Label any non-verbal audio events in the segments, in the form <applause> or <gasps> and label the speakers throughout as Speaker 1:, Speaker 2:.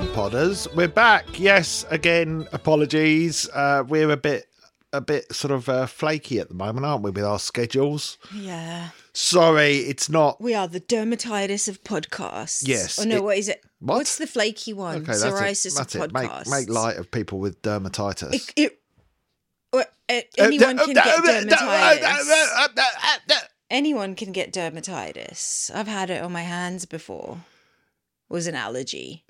Speaker 1: listeners, we're back. Yes, again, apologies. Uh, we're a bit, a bit sort of uh, flaky at the moment, aren't we, with our schedules?
Speaker 2: Yeah.
Speaker 1: Sorry, it's not.
Speaker 2: We are the dermatitis of podcasts.
Speaker 1: Yes,
Speaker 2: Or no,
Speaker 1: it-
Speaker 2: what is it?
Speaker 1: What?
Speaker 2: What's the flaky one?
Speaker 1: Okay, that's it.
Speaker 2: Psoriasis
Speaker 1: That's
Speaker 2: of
Speaker 1: it. Make,
Speaker 2: podcasts.
Speaker 1: make light of people with dermatitis.
Speaker 2: It, it, well, uh, anyone can get
Speaker 1: uh,
Speaker 2: dermatitis. Anyone can get dermatitis. I've had it on my hands before. It was an allergy.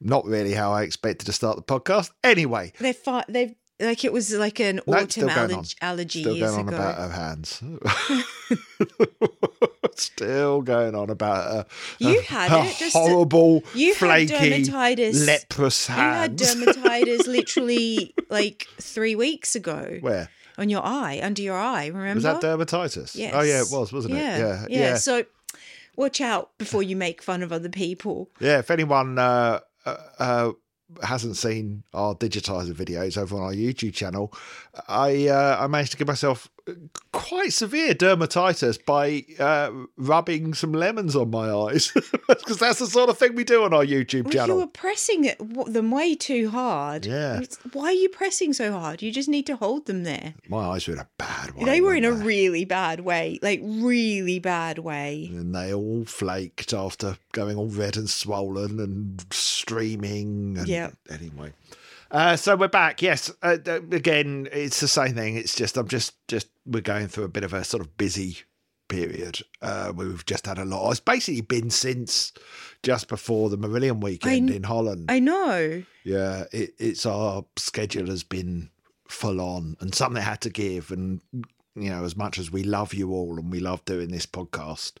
Speaker 1: Not really how I expected to start the podcast. Anyway,
Speaker 2: They fi- they like it was like an
Speaker 1: No, it's still
Speaker 2: autumn
Speaker 1: going
Speaker 2: allerg-
Speaker 1: on.
Speaker 2: allergy
Speaker 1: still
Speaker 2: years
Speaker 1: going on
Speaker 2: ago.
Speaker 1: about her hands.
Speaker 2: <laughs>
Speaker 1: <laughs> still going on about her.
Speaker 2: You
Speaker 1: her-
Speaker 2: had
Speaker 1: her
Speaker 2: it, just-
Speaker 1: horrible,
Speaker 2: you had
Speaker 1: flaky,
Speaker 2: dermatitis.
Speaker 1: leprous
Speaker 2: you had
Speaker 1: hands.
Speaker 2: dermatitis literally like three weeks ago
Speaker 1: Where
Speaker 2: on your eye, under your eye. Remember?
Speaker 1: was that dermatitis?
Speaker 2: Yes.
Speaker 1: Oh yeah, it was, wasn't it? Yeah,
Speaker 2: yeah. So watch out before you make fun of other people.
Speaker 1: Yeah, if anyone uh, uh, uh, hasn't seen our digitizer videos over on our YouTube channel, I uh, I managed to give myself uh, quite severe dermatitis by uh, rubbing some lemons on my eyes <laughs> because that's the sort of thing we do on our YouTube
Speaker 2: Well, you
Speaker 1: channel.
Speaker 2: were pressing it, w- them way too hard.
Speaker 1: Yeah.
Speaker 2: It's- Why are you pressing so hard? You just need to hold them there.
Speaker 1: My eyes were in a bad way.
Speaker 2: they were in a
Speaker 1: weren't they?
Speaker 2: really bad way, like really bad way.
Speaker 1: and they all flaked after going all red and swollen and streaming. And
Speaker 2: Yeah.
Speaker 1: Anyway, uh, so we're back. Yes, uh, uh, again, it's the same thing. It's just I'm just just we're going through a bit of a sort of busy period. Uh, we've just had a lot. It's basically been since just before the Marillion weekend
Speaker 2: I-
Speaker 1: in Holland.
Speaker 2: I know.
Speaker 1: yeah, it, it's our schedule has been full on, and something had to give. And you know, as much as we love you all and we love doing this podcast,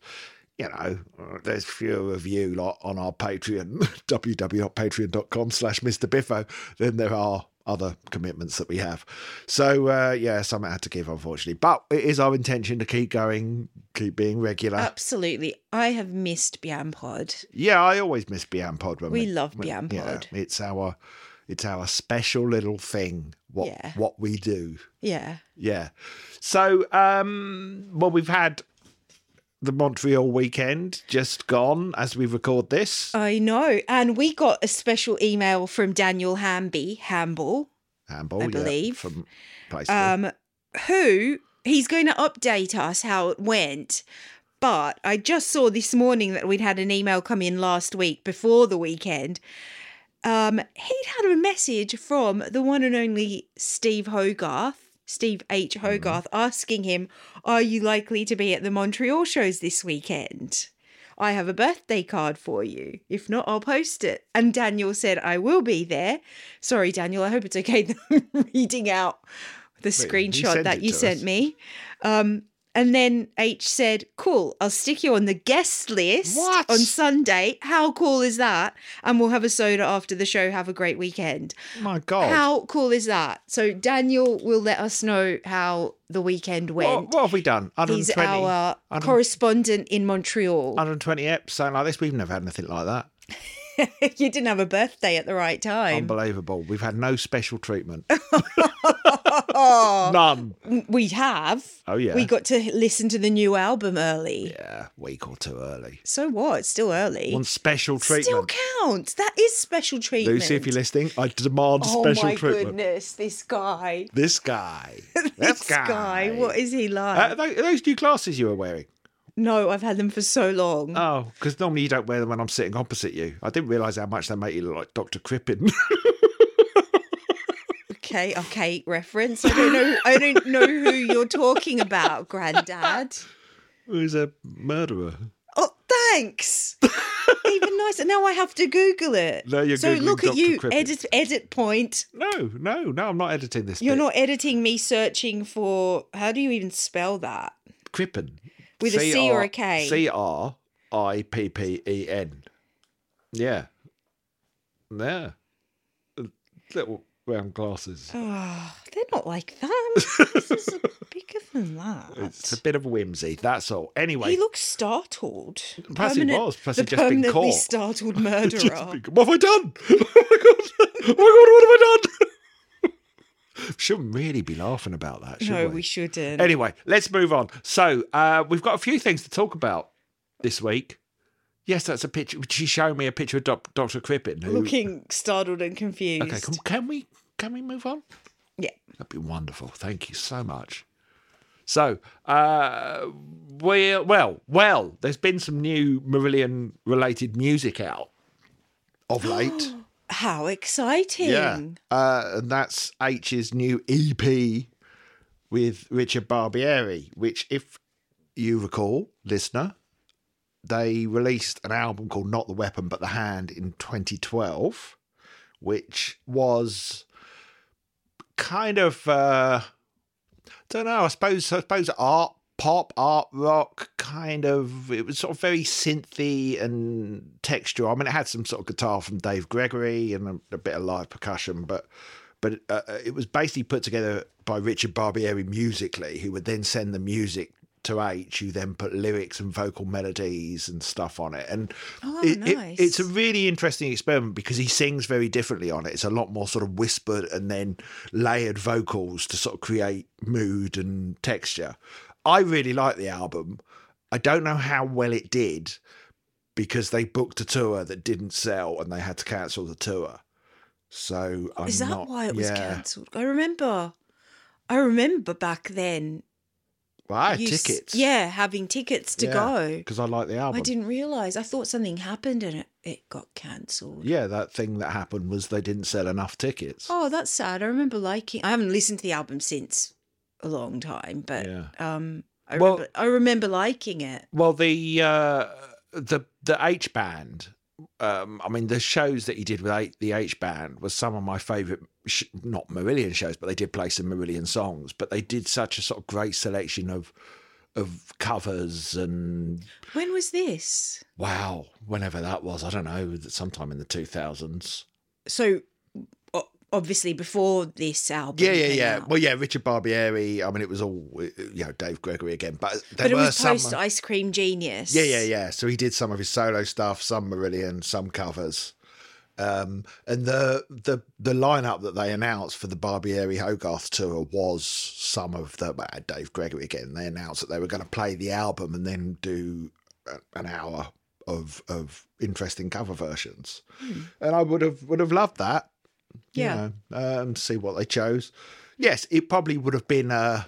Speaker 1: you know, there's fewer of you lot on our Patreon, <laughs> www.patreon.com slash Mr. Biffo, than there are other commitments that we have. So, uh, yeah, something had to give, unfortunately. But it is our intention to keep going, keep being regular.
Speaker 2: Uh, Absolutely. I have missed Bian Pod.
Speaker 1: yeah, I always miss Bian Pod. When
Speaker 2: We
Speaker 1: we
Speaker 2: love
Speaker 1: when-
Speaker 2: Bian
Speaker 1: yeah,
Speaker 2: Pod.
Speaker 1: it's our... It's our special little thing, what
Speaker 2: Yeah.
Speaker 1: what we do.
Speaker 2: Yeah.
Speaker 1: Yeah. So, um, well, we've had the Montreal weekend just gone as we record this.
Speaker 2: I know. And we got a special email from Daniel Hamby, Hamble,
Speaker 1: Handball,
Speaker 2: I
Speaker 1: yeah,
Speaker 2: believe.
Speaker 1: from Placeville.
Speaker 2: um, who he's going to update us how it went. But I just saw this morning that we'd had an email come in last week before the weekend. Um, he'd had a message from the one and only Steve Hogarth, Steve H. Hogarth, asking him, Are you likely to be at the Montreal shows this weekend? I have a birthday card for you. If not, I'll post it. And Daniel said, I will be there. Sorry, Daniel, I hope it's okay <laughs> that I'm reading out the
Speaker 1: he
Speaker 2: screenshot
Speaker 1: sent
Speaker 2: that
Speaker 1: it
Speaker 2: you
Speaker 1: to
Speaker 2: sent
Speaker 1: us.
Speaker 2: me. Um, and then H said, Cool, I'll stick you on the guest list
Speaker 1: What?
Speaker 2: on Sunday. How cool is that? And we'll have a soda after the show. Have a great weekend.
Speaker 1: My God.
Speaker 2: How cool is that? So Daniel will let us know how the weekend
Speaker 1: what,
Speaker 2: went.
Speaker 1: what have we done?
Speaker 2: He's
Speaker 1: 120,
Speaker 2: our
Speaker 1: 100
Speaker 2: correspondent in Montreal.
Speaker 1: 120 eps, something like this. We've never had anything like that.
Speaker 2: <laughs> you didn't have a birthday at the right time. <laughs>
Speaker 1: Unbelievable. We've had no special treatment. <laughs>
Speaker 2: Oh,
Speaker 1: None.
Speaker 2: we have.
Speaker 1: Oh, yeah.
Speaker 2: We got to listen to the new album early.
Speaker 1: Yeah, week or two early.
Speaker 2: So what? It's still early.
Speaker 1: Want special
Speaker 2: Still
Speaker 1: treatment.
Speaker 2: counts. That is special treatment.
Speaker 1: Lucy, if you're listening, I demand
Speaker 2: Oh
Speaker 1: special
Speaker 2: my
Speaker 1: treatment.
Speaker 2: goodness, this guy. <laughs>
Speaker 1: This guy.
Speaker 2: This
Speaker 1: this guy.
Speaker 2: What is he like?
Speaker 1: Uh, are tho- are those new glasses you were wearing?
Speaker 2: no, I've had them for so long.
Speaker 1: Oh, because normally you don't wear them when I'm sitting opposite you. I didn't realise how much they make you look like Dr. Crippen. <laughs>
Speaker 2: okay, okay, reference. I don't know. I don't know who you're
Speaker 1: <laughs>
Speaker 2: talking about, Grandad.
Speaker 1: Who's a murderer?
Speaker 2: Oh, thanks. Even nicer. Now I have to Google it.
Speaker 1: No, you're
Speaker 2: so
Speaker 1: Googling
Speaker 2: look at
Speaker 1: Dr.
Speaker 2: you.
Speaker 1: Crippen.
Speaker 2: Edit. Edit point.
Speaker 1: No, no, no, I'm not editing this.
Speaker 2: You're
Speaker 1: bit.
Speaker 2: not editing me searching for. How do you even spell that?
Speaker 1: Crippen.
Speaker 2: With a C or a K?
Speaker 1: C R I P P E N. Yeah. Yeah. Little round glasses.
Speaker 2: Oh, they're not like
Speaker 1: <laughs>
Speaker 2: that. This is bigger than that.
Speaker 1: It's a bit of a whimsy, that's all. Anyway,
Speaker 2: He looks startled.
Speaker 1: Plus he was, plus
Speaker 2: the
Speaker 1: he'd just been
Speaker 2: permanently
Speaker 1: caught.
Speaker 2: startled murderer.
Speaker 1: <laughs> Just think, what have I done? <laughs> Oh my god! Oh my god! What have I done? <laughs> Shouldn't really be laughing about that, should
Speaker 2: no,
Speaker 1: we?
Speaker 2: we shouldn't.
Speaker 1: Anyway, let's move on. So uh, we've got a few things to talk about this week. Yes, that's a picture. She showed me a picture of Doc, Dr. Crippen. Who,
Speaker 2: Looking startled and confused.
Speaker 1: okay, can, can we can we move on?
Speaker 2: Yeah.
Speaker 1: That'd be wonderful. Thank you so much. So, uh, we well, well, there's been some new Marillion related music out of
Speaker 2: <gasps>
Speaker 1: late. <gasps>
Speaker 2: How exciting.
Speaker 1: yeah. Uh, and that's H's new EP with Richard Barbieri, which, if you recall, listener, they released an album called Not the Weapon But the Hand in 2012, which was kind of uh don't know, I suppose I suppose art pop, art rock kind of it was sort of very synthy and textual. I mean it had some sort of guitar from Dave Gregory and a, a bit of live percussion, but but uh, it was basically put together by Richard Barbieri musically, who would then send the music to H, who then put lyrics and vocal melodies and stuff on it. And
Speaker 2: Oh,
Speaker 1: it- it-
Speaker 2: nice.
Speaker 1: it's a really interesting experiment because he sings very differently on it. It's a lot more sort of whispered and then layered vocals to sort of create mood and texture. I really like the album. I don't know how well it did because they booked a tour that didn't sell and they had to cancel the tour. So I'm
Speaker 2: Is that
Speaker 1: not-
Speaker 2: why it was
Speaker 1: yeah.
Speaker 2: cancelled? I remember. I remember back then.
Speaker 1: Well, I had
Speaker 2: you s-
Speaker 1: tickets.
Speaker 2: Yeah, having tickets to go.
Speaker 1: because I like the album.
Speaker 2: I didn't realise. I thought something happened and it, it got cancelled.
Speaker 1: Yeah, that thing that happened was they didn't sell enough tickets.
Speaker 2: Oh, that's sad. I remember liking. I haven't listened to the album since a long time, but
Speaker 1: Yeah.
Speaker 2: um, I,
Speaker 1: Well-
Speaker 2: remember, I remember liking it.
Speaker 1: Well, the uh, the the H band. Um, I mean, the shows that he did with H, the H band was some of my favourite, sh- not Marillion shows, but they did play some Marillion songs. But they did such a sort of great selection of of covers and
Speaker 2: When was this?
Speaker 1: wow, whenever that was, I don't know, sometime in the two thousands.
Speaker 2: So o- obviously before this album.
Speaker 1: Yeah, yeah,
Speaker 2: came
Speaker 1: yeah.
Speaker 2: out.
Speaker 1: Well, yeah, Richard Barbieri. I mean, it was all you know, Dave Gregory again, but there
Speaker 2: but it
Speaker 1: were
Speaker 2: was
Speaker 1: some.
Speaker 2: post Ice Cream Genius.
Speaker 1: Yeah, yeah, yeah. So he did some of his solo stuff, some Marillion, some covers. Um, and the the the lineup that they announced for the Barbieri Hogarth tour was some of the uh, Dave Gregory again. They announced that they were going to play the album and then do a- an hour of of interesting cover versions. And I would have would have loved that. you
Speaker 2: Yeah.
Speaker 1: know, um, see what they chose. Yes, it probably would have been a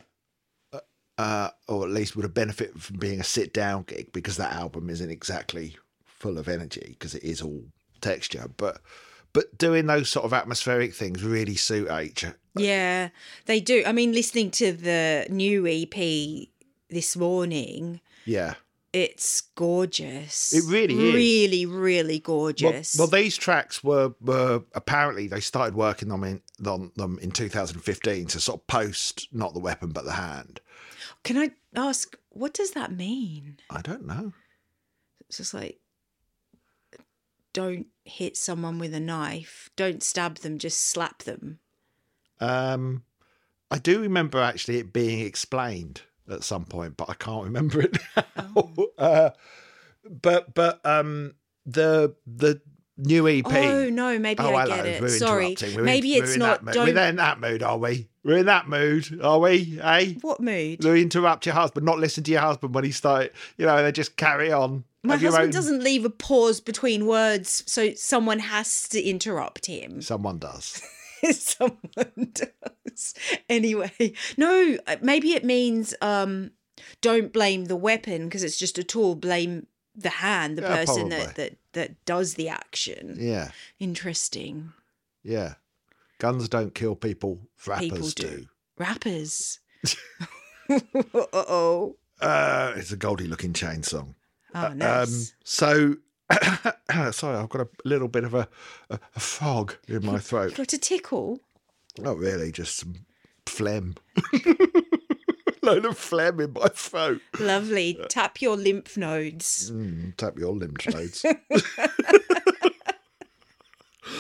Speaker 1: uh, or at least would have benefited from being a sit down gig because that album isn't exactly full of energy because it is all texture. But but doing those sort of atmospheric things really suit H.
Speaker 2: Yeah, they do. I mean, listening to the new EP this morning,
Speaker 1: Yeah.
Speaker 2: it's gorgeous.
Speaker 1: It really is.
Speaker 2: Really, really
Speaker 1: Well-
Speaker 2: gorgeous.
Speaker 1: Well, these tracks were, were apparently they started working on, in, on them in 2015, so sort of post not the weapon but the hand.
Speaker 2: Can I ask, what does that mean?
Speaker 1: I don't know.
Speaker 2: It's just like, don't hit someone with a knife, don't stab them, just slap
Speaker 1: <laughs>
Speaker 2: them.
Speaker 1: Um, I do remember actually it being explained at some point, but I can't remember it <laughs> now.
Speaker 2: Oh.
Speaker 1: uh, but but um, the the new EP.
Speaker 2: Oh, no, maybe
Speaker 1: Oh,
Speaker 2: I
Speaker 1: hello.
Speaker 2: get it.
Speaker 1: We're
Speaker 2: Sorry.
Speaker 1: interrupting. We're in-
Speaker 2: maybe
Speaker 1: we're
Speaker 2: it's
Speaker 1: in
Speaker 2: not.
Speaker 1: That mood.
Speaker 2: Don't.
Speaker 1: We're in that mood, are we? We're in that mood, are we? Eh?
Speaker 2: What mood?
Speaker 1: To interrupt your husband, not listen to your husband when he started. You know, they just carry on.
Speaker 2: My
Speaker 1: Have your
Speaker 2: husband
Speaker 1: own-
Speaker 2: doesn't leave a pause between words, so someone has to interrupt him.
Speaker 1: Someone does.
Speaker 2: <laughs> someone does. Anyway, no, uh, maybe it means um, don't blame the weapon because it's just a tool. Blame the hand, the
Speaker 1: Yeah,
Speaker 2: person that,
Speaker 1: probably.
Speaker 2: that that does the action.
Speaker 1: Yeah,
Speaker 2: Interesting.
Speaker 1: yeah. Guns don't kill people. Rappers
Speaker 2: People do.
Speaker 1: do. <laughs>
Speaker 2: Rappers. oh,
Speaker 1: Uh, it's a Goldie looking chain song.
Speaker 2: oh,
Speaker 1: Um,
Speaker 2: nice.
Speaker 1: so, <coughs> sorry, I've got a little bit of a, a, a fog in my
Speaker 2: you <laughs>
Speaker 1: throat.
Speaker 2: got a tickle.
Speaker 1: Not really, just some phlegm. <laughs> Load of phlegm in my throat.
Speaker 2: Lovely. Tap your lymph nodes.
Speaker 1: Mm, tap your lymph nodes.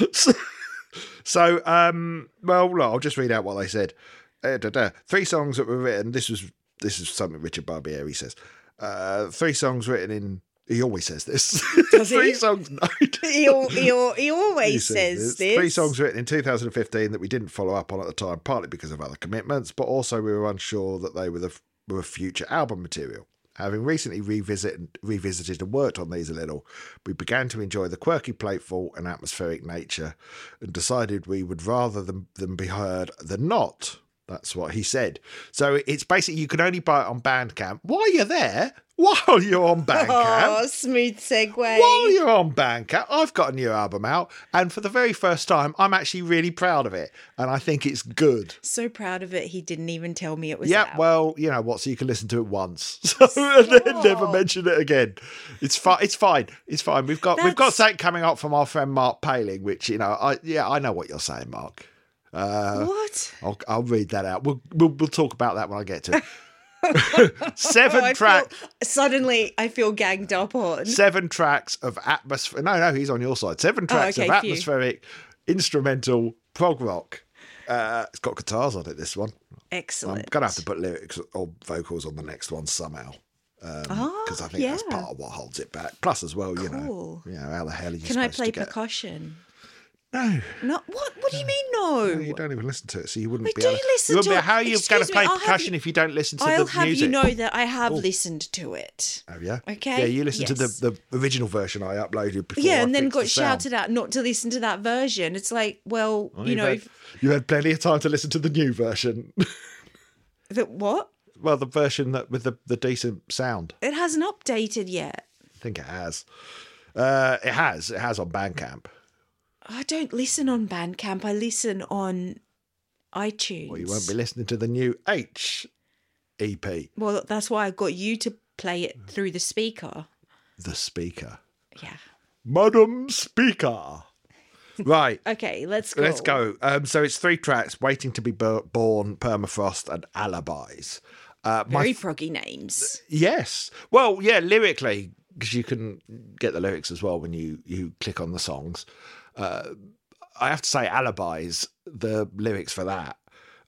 Speaker 2: <laughs>
Speaker 1: so, so, um, well, no, I'll just read out what they said. Eh, da, da. Three songs that were written. This was this is something Richard Barbieri says. Uh, three songs written in. He always says this.
Speaker 2: Does
Speaker 1: <laughs>
Speaker 2: he?
Speaker 1: three songs. No, he doesn't.
Speaker 2: He, al- he,
Speaker 1: <laughs>
Speaker 2: al- he always
Speaker 1: He
Speaker 2: says
Speaker 1: says
Speaker 2: this.
Speaker 1: Three songs written in 2015 that we didn't follow up on at the time, partly because of other commitments, but also we were unsure that they were the were future album material. Having recently revisited, revisited and worked on these a little, we began to enjoy the quirky, playful, and atmospheric nature, and decided we would rather them, them be heard than not. That's what he said. So it's basically you can only buy it on Bandcamp. While you're there, <laughs> while you're on Bandcamp,
Speaker 2: Oh, smooth segue.
Speaker 1: while you're on Bandcamp, I've got a new album out, and for the very first time, I'm actually really proud of it, and I think it's good.
Speaker 2: so proud of it, he didn't even tell me it was
Speaker 1: Yeah,
Speaker 2: out.
Speaker 1: well, you know what? So you can listen to it once, <laughs> so and then never
Speaker 2: Stop.
Speaker 1: mention it again. It's fine. It's fine. It's fine. We've got we've got
Speaker 2: That's-
Speaker 1: something coming up from our friend Mark Paling, which you know, I yeah, I know what you're saying, Mark. Uh,
Speaker 2: what?
Speaker 1: I'll, I'll read that out. We'll, we'll we'll talk about that when I get to
Speaker 2: <laughs>
Speaker 1: it. <laughs> seven
Speaker 2: Oh, I
Speaker 1: track,
Speaker 2: feel, suddenly I feel ganged up on.
Speaker 1: seven tracks of atmosphere. No, no, he's on your side. Seven tracks
Speaker 2: Oh, okay,
Speaker 1: of
Speaker 2: phew.
Speaker 1: atmospheric instrumental prog rock. Uh, it's got guitars on it. This one. I'm
Speaker 2: Excellent.
Speaker 1: gonna have to put lyrics or vocals on the next one somehow. because I think that's
Speaker 2: Ah,
Speaker 1: part of what holds it back. Plus, as well, you know,
Speaker 2: Oh, Cool.
Speaker 1: you know, how the hell are you
Speaker 2: Can I
Speaker 1: supposed
Speaker 2: play
Speaker 1: to get?
Speaker 2: percussion?
Speaker 1: No,
Speaker 2: No, what? What do you mean? No.
Speaker 1: you don't even listen to it, so you wouldn't
Speaker 2: I
Speaker 1: be
Speaker 2: do
Speaker 1: able.
Speaker 2: listen
Speaker 1: you wouldn't
Speaker 2: to
Speaker 1: be,
Speaker 2: it.
Speaker 1: how are you going to
Speaker 2: Excuse me,
Speaker 1: play
Speaker 2: I'll have
Speaker 1: percussion
Speaker 2: you-
Speaker 1: if you don't listen to
Speaker 2: I'll
Speaker 1: the
Speaker 2: have
Speaker 1: music? Oh,
Speaker 2: you know that I have listened to it.
Speaker 1: Have you?
Speaker 2: Okay,
Speaker 1: Yeah, you listen
Speaker 2: yes.
Speaker 1: to the, the original version I uploaded before.
Speaker 2: Yeah,
Speaker 1: I
Speaker 2: and then
Speaker 1: fixed
Speaker 2: got
Speaker 1: the sound.
Speaker 2: shouted at not to listen to that version. It's like, well,
Speaker 1: Well,
Speaker 2: you
Speaker 1: you've
Speaker 2: know,
Speaker 1: had, you had plenty of time to listen to the new version. <laughs>
Speaker 2: that what?
Speaker 1: well, the version that with the, the decent sound.
Speaker 2: It hasn't updated yet.
Speaker 1: I think it has. Uh, it has. It has on Bandcamp.
Speaker 2: I don't listen on Bandcamp. I listen on iTunes.
Speaker 1: Well, you won't be listening to the new H E EP,
Speaker 2: Well, that's why I got you to play it through the speaker.
Speaker 1: the speaker.
Speaker 2: Yeah.
Speaker 1: Madam
Speaker 2: <laughs>
Speaker 1: Speaker. Right.
Speaker 2: Okay, let's go.
Speaker 1: Let's go. Um, so it's three tracks: "Waiting to be Bur- Born," "Permafrost," and "Alibis." Uh, my
Speaker 2: Very froggy names.
Speaker 1: yes, well, yeah, lyrically because you can get the lyrics as well when you you click on the songs. Uh, I have to say, "Alibis." The lyrics for that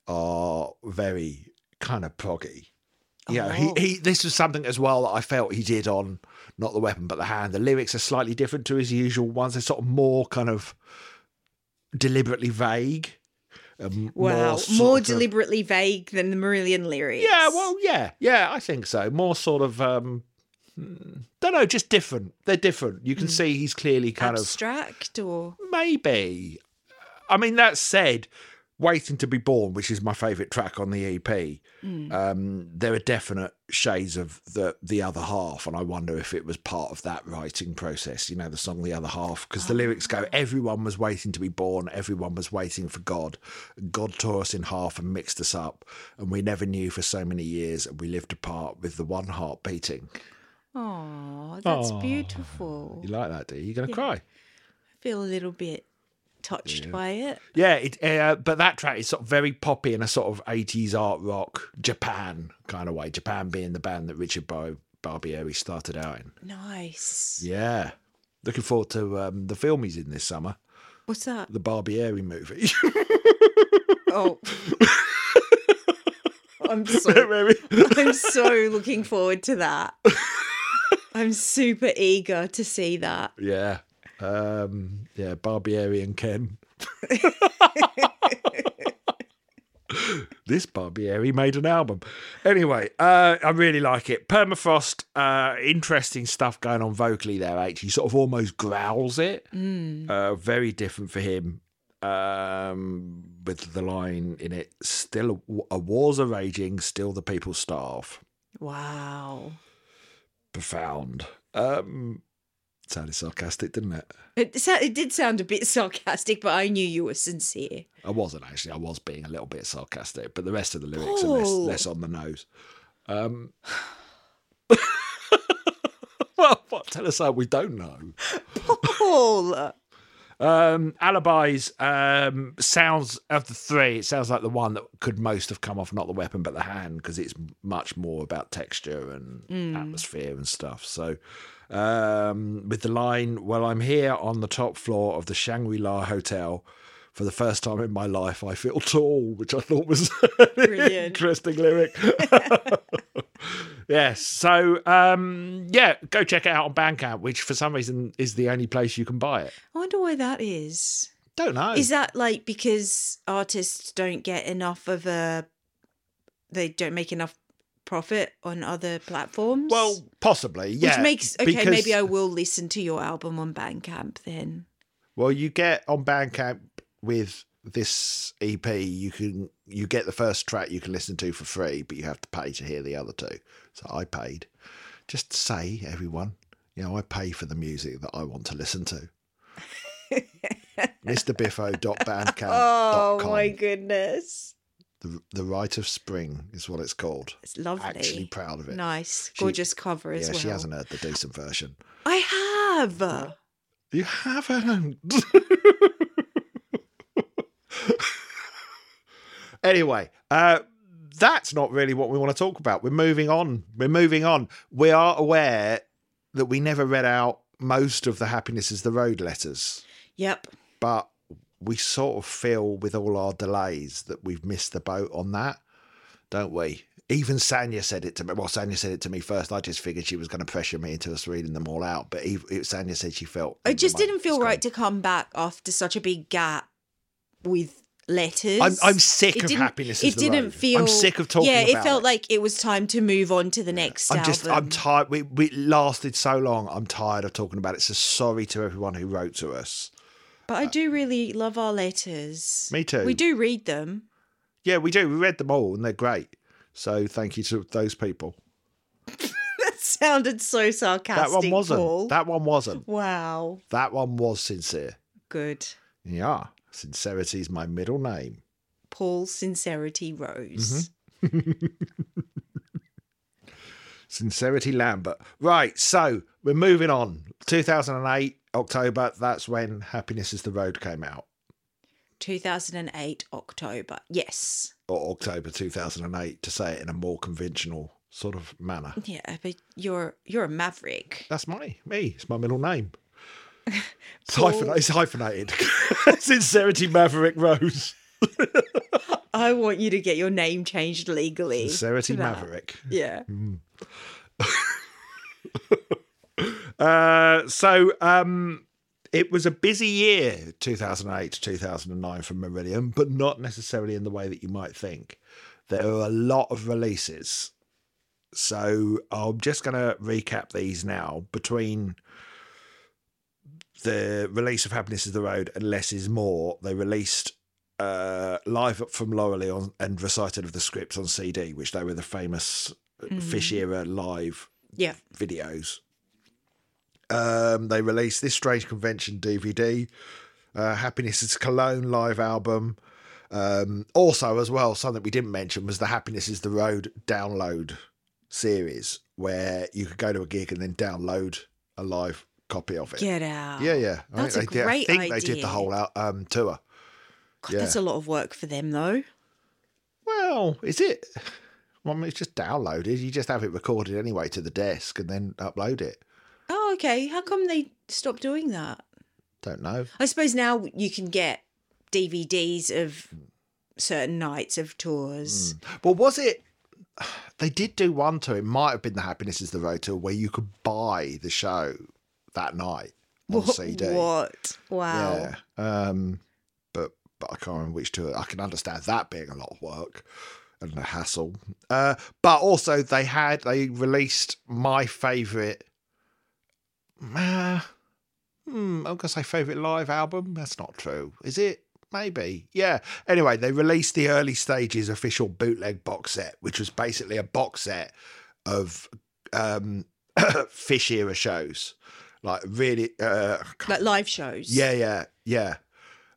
Speaker 1: are very kind of proggy. Yeah,
Speaker 2: Oh.
Speaker 1: he, he. This was something as well that I felt he did on not the weapon but the hand. The lyrics are slightly different to his usual ones. They're sort of more kind of deliberately vague. and
Speaker 2: Wow, more,
Speaker 1: sort of- uh,
Speaker 2: deliberately vague than the Marillion lyrics.
Speaker 1: Yeah, well, yeah, yeah. I think so. More sort of. um don't know, just different. They're different. You can see he's clearly kind of
Speaker 2: abstract or
Speaker 1: maybe. I mean, that said, Waiting to be Born, which is my favourite track on the EP, um, there are definite shades of the the other half, and I wonder if it was part of that writing process. You know, the song "The Other Half," because the lyrics go, "Everyone was waiting to be born. Everyone was waiting for God. God tore us in half and mixed us up, and we never knew for so many years, and we lived apart with the one heart beating."
Speaker 2: oh, that's
Speaker 1: Aw.
Speaker 2: beautiful.
Speaker 1: You like that, do you? You're gonna cry.
Speaker 2: I feel a little bit touched by it.
Speaker 1: Yeah, it, uh, but that track is sort of very poppy in a sort of 80s art rock Japan kind of way. Japan being the band that Richard Bar- Barbieri started out in.
Speaker 2: Nice.
Speaker 1: Yeah. Looking forward to um, the film he's in this summer, <laughs>
Speaker 2: What's that?
Speaker 1: the Barbieri movie. <laughs>
Speaker 2: Oh. I'm so
Speaker 1: Maybe.
Speaker 2: I'm so looking forward to that. I'm super eager to see that.
Speaker 1: yeah. Um, yeah, Barbieri and Ken. this Barbieri made an album. Anyway, uh, I really like it. Permafrost, uh, interesting stuff going on vocally there, H. He sort of almost growls it.
Speaker 2: Mm.
Speaker 1: Uh, very different for him um, with the line in it still a, a wars are raging, still the people starve.
Speaker 2: Wow.
Speaker 1: Profound. Um, sounded sarcastic, didn't it?
Speaker 2: It, sa- it did sound a bit sarcastic, but I knew you
Speaker 1: <laughs>
Speaker 2: were sincere.
Speaker 1: I wasn't actually. I was being a little bit sarcastic, but the rest of the lyrics are less,
Speaker 2: Paul.
Speaker 1: less on the nose. Um, <laughs> well, what, tell us how we don't know.
Speaker 2: Paul.
Speaker 1: Um, Alibis um, sounds of the three. It sounds like the one that could most have come off not the weapon but the hand because it's much more about texture and
Speaker 2: Mm.
Speaker 1: atmosphere and stuff. So, um, with the line, "Well, I'm here on the top floor of the Shangri La Hotel." For the first time in my life, I feel tall, which I thought was <laughs> an
Speaker 2: Brilliant.
Speaker 1: interesting
Speaker 2: <laughs>
Speaker 1: lyric. <laughs> yes. So, um, yeah, go check it out on Bandcamp, which for some reason is the only place you can buy it.
Speaker 2: I wonder why that is.
Speaker 1: Don't know.
Speaker 2: Is that like because artists don't get enough of a they don't make enough profit on other platforms.
Speaker 1: Well, possibly,
Speaker 2: which
Speaker 1: yeah.
Speaker 2: makes okay.
Speaker 1: because-
Speaker 2: Maybe I will listen to your album on Bandcamp then.
Speaker 1: Well, you get on Bandcamp with this EP, you can you get the first track you can listen to for free, but you have to pay to hear the other two. So I paid. Just say everyone, you know, I pay for the music that I want to listen
Speaker 2: <laughs>
Speaker 1: to. MrBiffo.bandcamp.com.
Speaker 2: Oh my goodness,
Speaker 1: the, the Rite of Spring is what it's called.
Speaker 2: it's lovely.
Speaker 1: Actually proud of it.
Speaker 2: nice,
Speaker 1: She-
Speaker 2: gorgeous cover as
Speaker 1: yeah,
Speaker 2: well.
Speaker 1: she hasn't heard the decent version.
Speaker 2: I have.
Speaker 1: You haven't. anyway, uh, that's not really what we want to talk about. We're moving on. We're moving on. We are aware that we never read out most of the Happiness is the Road letters,
Speaker 2: Yep.
Speaker 1: but we sort of feel with all our delays that we've missed the boat on that, don't we? Even Sanya said it to me. Well, Sanya said it to me first. I just figured she was going to pressure me into us reading them all out. But ev Sanya said she felt.
Speaker 2: It just didn't feel
Speaker 1: It's gone.
Speaker 2: right to come back after such a big gap with letters.
Speaker 1: I'm, I'm sick
Speaker 2: It
Speaker 1: of
Speaker 2: didn't-
Speaker 1: happiness.
Speaker 2: It
Speaker 1: is the
Speaker 2: didn't
Speaker 1: road.
Speaker 2: feel.
Speaker 1: I'm sick of talking.
Speaker 2: Yeah, it
Speaker 1: about
Speaker 2: felt like it was time to move on to the next.
Speaker 1: I'm just.
Speaker 2: album.
Speaker 1: I'm tired. We, we lasted so long. I'm tired of talking about it. So sorry to everyone who wrote to us.
Speaker 2: But I do really love our letters.
Speaker 1: Me too.
Speaker 2: We do read them. <laughs>
Speaker 1: Yeah, we do. We read them all, and they're great. So thank you to those people.
Speaker 2: That sounded so sarcastic.
Speaker 1: that one wasn't.
Speaker 2: Paul.
Speaker 1: That one wasn't.
Speaker 2: wow.
Speaker 1: That one was sincere.
Speaker 2: Good.
Speaker 1: Yeah, sincerity is my middle name.
Speaker 2: Paul Sincerity
Speaker 1: Mm-hmm.
Speaker 2: Rose.
Speaker 1: Sincerity Lambert. Right, so we're moving on. 2008 October. That's when Happiness is the Road came out.
Speaker 2: 2008 October. Yes.
Speaker 1: or October 2008 to say it in a more conventional sort of manner.
Speaker 2: Yeah, but you're you're a maverick.
Speaker 1: That's my me. It's my middle
Speaker 2: <laughs>
Speaker 1: name. It's,
Speaker 2: Paul-
Speaker 1: hyphena- it's hyphenated. <laughs> Sincerity Maverick Rose.
Speaker 2: I want you to get your name changed legally.
Speaker 1: Sincerity
Speaker 2: to that.
Speaker 1: Maverick.
Speaker 2: Yeah.
Speaker 1: Mm. Uh, so um, it was a busy year, 2008 to 2009 for Meridian, but not necessarily in the way that you might think. There are a lot of releases. So I'm just going to recap these now between the release of Happiness is the Road and Less is More. They released uh, Live from Laurelly on, and Recited of the Script on CD, which they were the famous uh, Fish Era live
Speaker 2: Yeah.
Speaker 1: videos. Um, they released this Strange Convention DVD, uh, Happiness is Cologne live album. Um, also, as well, something we didn't mention was the Happiness is the Road download series, where you could go to a gig and then download a live copy of it.
Speaker 2: Get out.
Speaker 1: yeah, yeah. I
Speaker 2: That's
Speaker 1: think
Speaker 2: a
Speaker 1: they did-
Speaker 2: great
Speaker 1: I think they did
Speaker 2: idea.
Speaker 1: the whole out, um, tour.
Speaker 2: God,
Speaker 1: yeah.
Speaker 2: That's a lot of work for them though.
Speaker 1: Well, is it? Well, I mean, it's just downloaded. You just have it recorded anyway to the desk and then upload it.
Speaker 2: Oh, okay. How come they stopped doing that?
Speaker 1: Don't know.
Speaker 2: I suppose now you can get DVDs of
Speaker 1: Mm.
Speaker 2: certain nights of tours.
Speaker 1: Well, Mm. was it? <sighs> They did do one tour. It might have been the Happiness is the Road tour where you could buy the show that night on
Speaker 2: What?
Speaker 1: CD.
Speaker 2: what? Wow.
Speaker 1: Yeah. Um, but but I can't remember which tour. I can understand that being a lot of work and a hassle. Uh, but also they had they released my favorite. Uh, hmm, I'm gonna say favorite live album. That's not true, is it? Maybe. Yeah. Anyway, they released the early stages official bootleg box set, which was basically a box set of um, <coughs> fish era shows. Like really, uh, I can't
Speaker 2: Like live shows.
Speaker 1: yeah, yeah, yeah.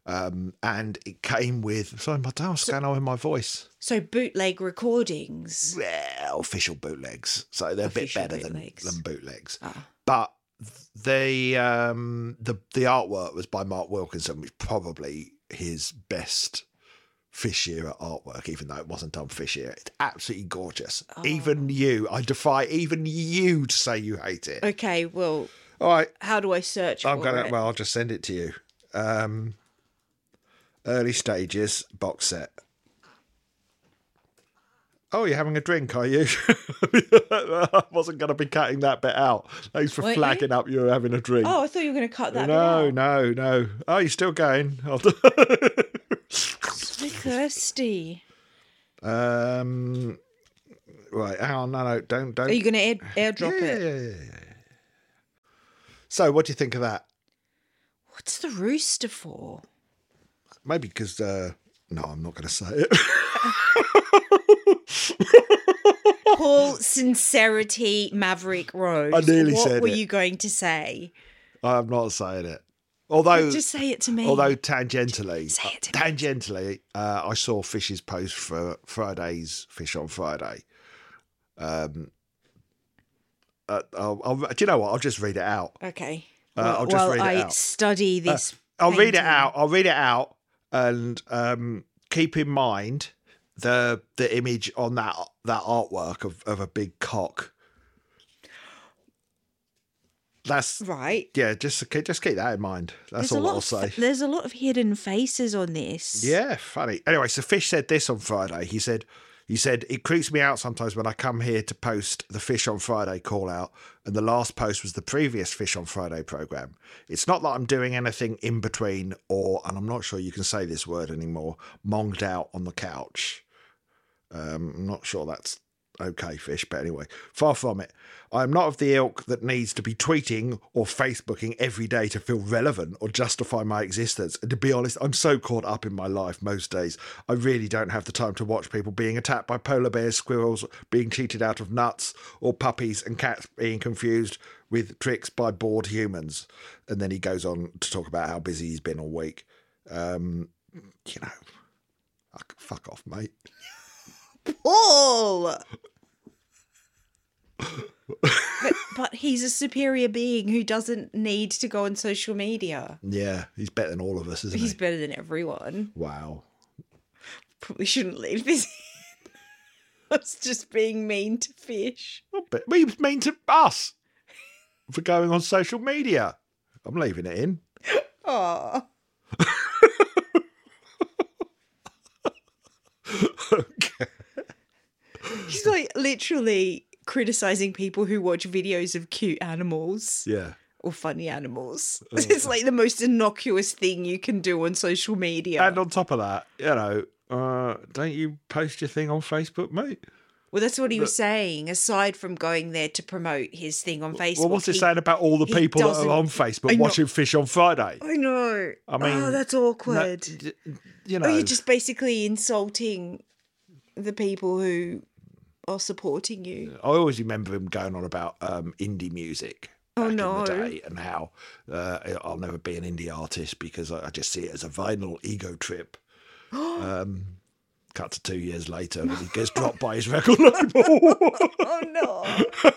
Speaker 1: Um, and it came with sorry, my damn scandal in my voice.
Speaker 2: So bootleg recordings.
Speaker 1: Well, official bootlegs, so they're
Speaker 2: Official
Speaker 1: a bit better
Speaker 2: bootlegs.
Speaker 1: than than bootlegs.
Speaker 2: Ah.
Speaker 1: But the um the the artwork was by Mark Wilkinson, which probably his best fish era artwork, even though it wasn't done fish era. It's absolutely gorgeous. Even you, I defy even you to say you hate it.
Speaker 2: Okay, well,
Speaker 1: All right,
Speaker 2: how do I search
Speaker 1: I'm
Speaker 2: for
Speaker 1: gonna.
Speaker 2: it?
Speaker 1: Well, I'll just send it to you. Um, early stages box set. Oh, you're having a drink, are you? <laughs> I wasn't going to be cutting that bit out. Thanks for
Speaker 2: Weren't you?
Speaker 1: flagging up you were having a drink.
Speaker 2: Oh, I thought you were going to cut that.
Speaker 1: no,
Speaker 2: bit
Speaker 1: no,
Speaker 2: out.
Speaker 1: no. Oh, you're still going. I'll-
Speaker 2: So thirsty.
Speaker 1: <laughs> um, Right, hang on, no, no, don't, don't.
Speaker 2: Are you going to air, airdrop
Speaker 1: Um, yeah,
Speaker 2: it?
Speaker 1: yeah, yeah, yeah, yeah. So, what do you think of that?
Speaker 2: What's the rooster for?
Speaker 1: Maybe because uh, no, I'm not going to say it.
Speaker 2: Paul Sincerity Maverick Rose.
Speaker 1: I nearly
Speaker 2: what
Speaker 1: said
Speaker 2: were
Speaker 1: it.
Speaker 2: you going to say?
Speaker 1: I'm not saying it. Although,
Speaker 2: Just say it to me.
Speaker 1: although tangentially,
Speaker 2: Say it to me.
Speaker 1: tangentially, uh, I saw Fish's post for Friday's Fish on Friday. Um, uh, I'll, I'll, do you know what? I'll just read it out.
Speaker 2: okay.
Speaker 1: Uh,
Speaker 2: well,
Speaker 1: I'll just
Speaker 2: while
Speaker 1: read it
Speaker 2: I
Speaker 1: out. Uh,
Speaker 2: study this.
Speaker 1: I'll read it
Speaker 2: painting.
Speaker 1: out. I'll read it out, and um, keep in mind the the image on that that artwork of, of a big cock. That's
Speaker 2: Right.
Speaker 1: yeah. Just keep- just keep that in mind. That's
Speaker 2: there's
Speaker 1: all
Speaker 2: a lot
Speaker 1: I'll
Speaker 2: of,
Speaker 1: say.
Speaker 2: There's a lot of hidden faces on this.
Speaker 1: Yeah, funny. Anyway, so Fish said this on Friday. He said, he said, it creeps me out sometimes when I come here to post the Fish on Friday call out, and the last post was the previous Fish on Friday program. It's not that I'm doing anything in between or, and I'm not sure you can say this word anymore, monged out on the couch. Um, I'm not sure that's okay, Fish, but anyway, far from it. I am not of the ilk that needs to be tweeting or Facebooking every day to feel relevant or justify my existence. And to be honest, I'm so caught up in my life most days, I really don't have the time to watch people being attacked by polar bears, squirrels, being cheated out of nuts, or puppies and cats being confused with tricks by bored humans. And then he goes on to talk about how busy he's been all week. Um, you know, fuck- fuck off, mate.
Speaker 2: Paul.
Speaker 1: <laughs>
Speaker 2: but, but he's a superior being who doesn't need to go on social media.
Speaker 1: Yeah, he's better than all of us, isn't
Speaker 2: He's
Speaker 1: he?
Speaker 2: better than everyone.
Speaker 1: Wow.
Speaker 2: Probably shouldn't leave this. <laughs> I was just being mean to fish.
Speaker 1: But he was mean to us for going on social media. I'm leaving it in.
Speaker 2: Oh, he's like literally criticizing people who watch videos of cute animals
Speaker 1: <laughs> Yeah.
Speaker 2: or funny animals.
Speaker 1: Oh,
Speaker 2: <laughs> It's like the most innocuous thing you can do on social media.
Speaker 1: And on top of that, you know, uh, don't you post your thing on Facebook, mate?
Speaker 2: Well, that's what he was saying. Aside from going there to promote his thing on Facebook,
Speaker 1: Well, what's it
Speaker 2: he-
Speaker 1: saying about all the
Speaker 2: he
Speaker 1: people that
Speaker 2: doesn't-
Speaker 1: are on Facebook
Speaker 2: I'm not-
Speaker 1: watching Fish on Friday?
Speaker 2: I know.
Speaker 1: I mean,
Speaker 2: oh, that's
Speaker 1: No,
Speaker 2: awkward.
Speaker 1: d- you
Speaker 2: Oh,
Speaker 1: know,
Speaker 2: you're just basically insulting the people who are supporting you.
Speaker 1: I always remember him going on about um, indie music.
Speaker 2: Oh,
Speaker 1: back
Speaker 2: no.
Speaker 1: In the day and how uh, I'll never be an indie artist because I, I just see it as a vinyl ego
Speaker 2: <gasps>
Speaker 1: trip. um, cut to two years later,
Speaker 2: <laughs>
Speaker 1: and he gets dropped by his record label. <laughs>
Speaker 2: Oh no.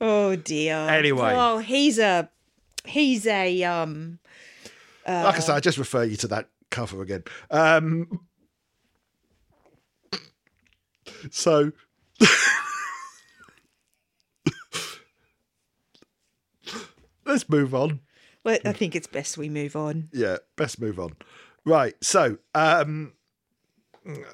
Speaker 2: oh dear.
Speaker 1: Anyway.
Speaker 2: Oh, he's a he's a um
Speaker 1: like I say, I just refer you to that cover again. Um, so. <laughs> Let's move on.
Speaker 2: well,
Speaker 1: Hmm.
Speaker 2: I think it's best we move on.
Speaker 1: Yeah, best move on. Right, so um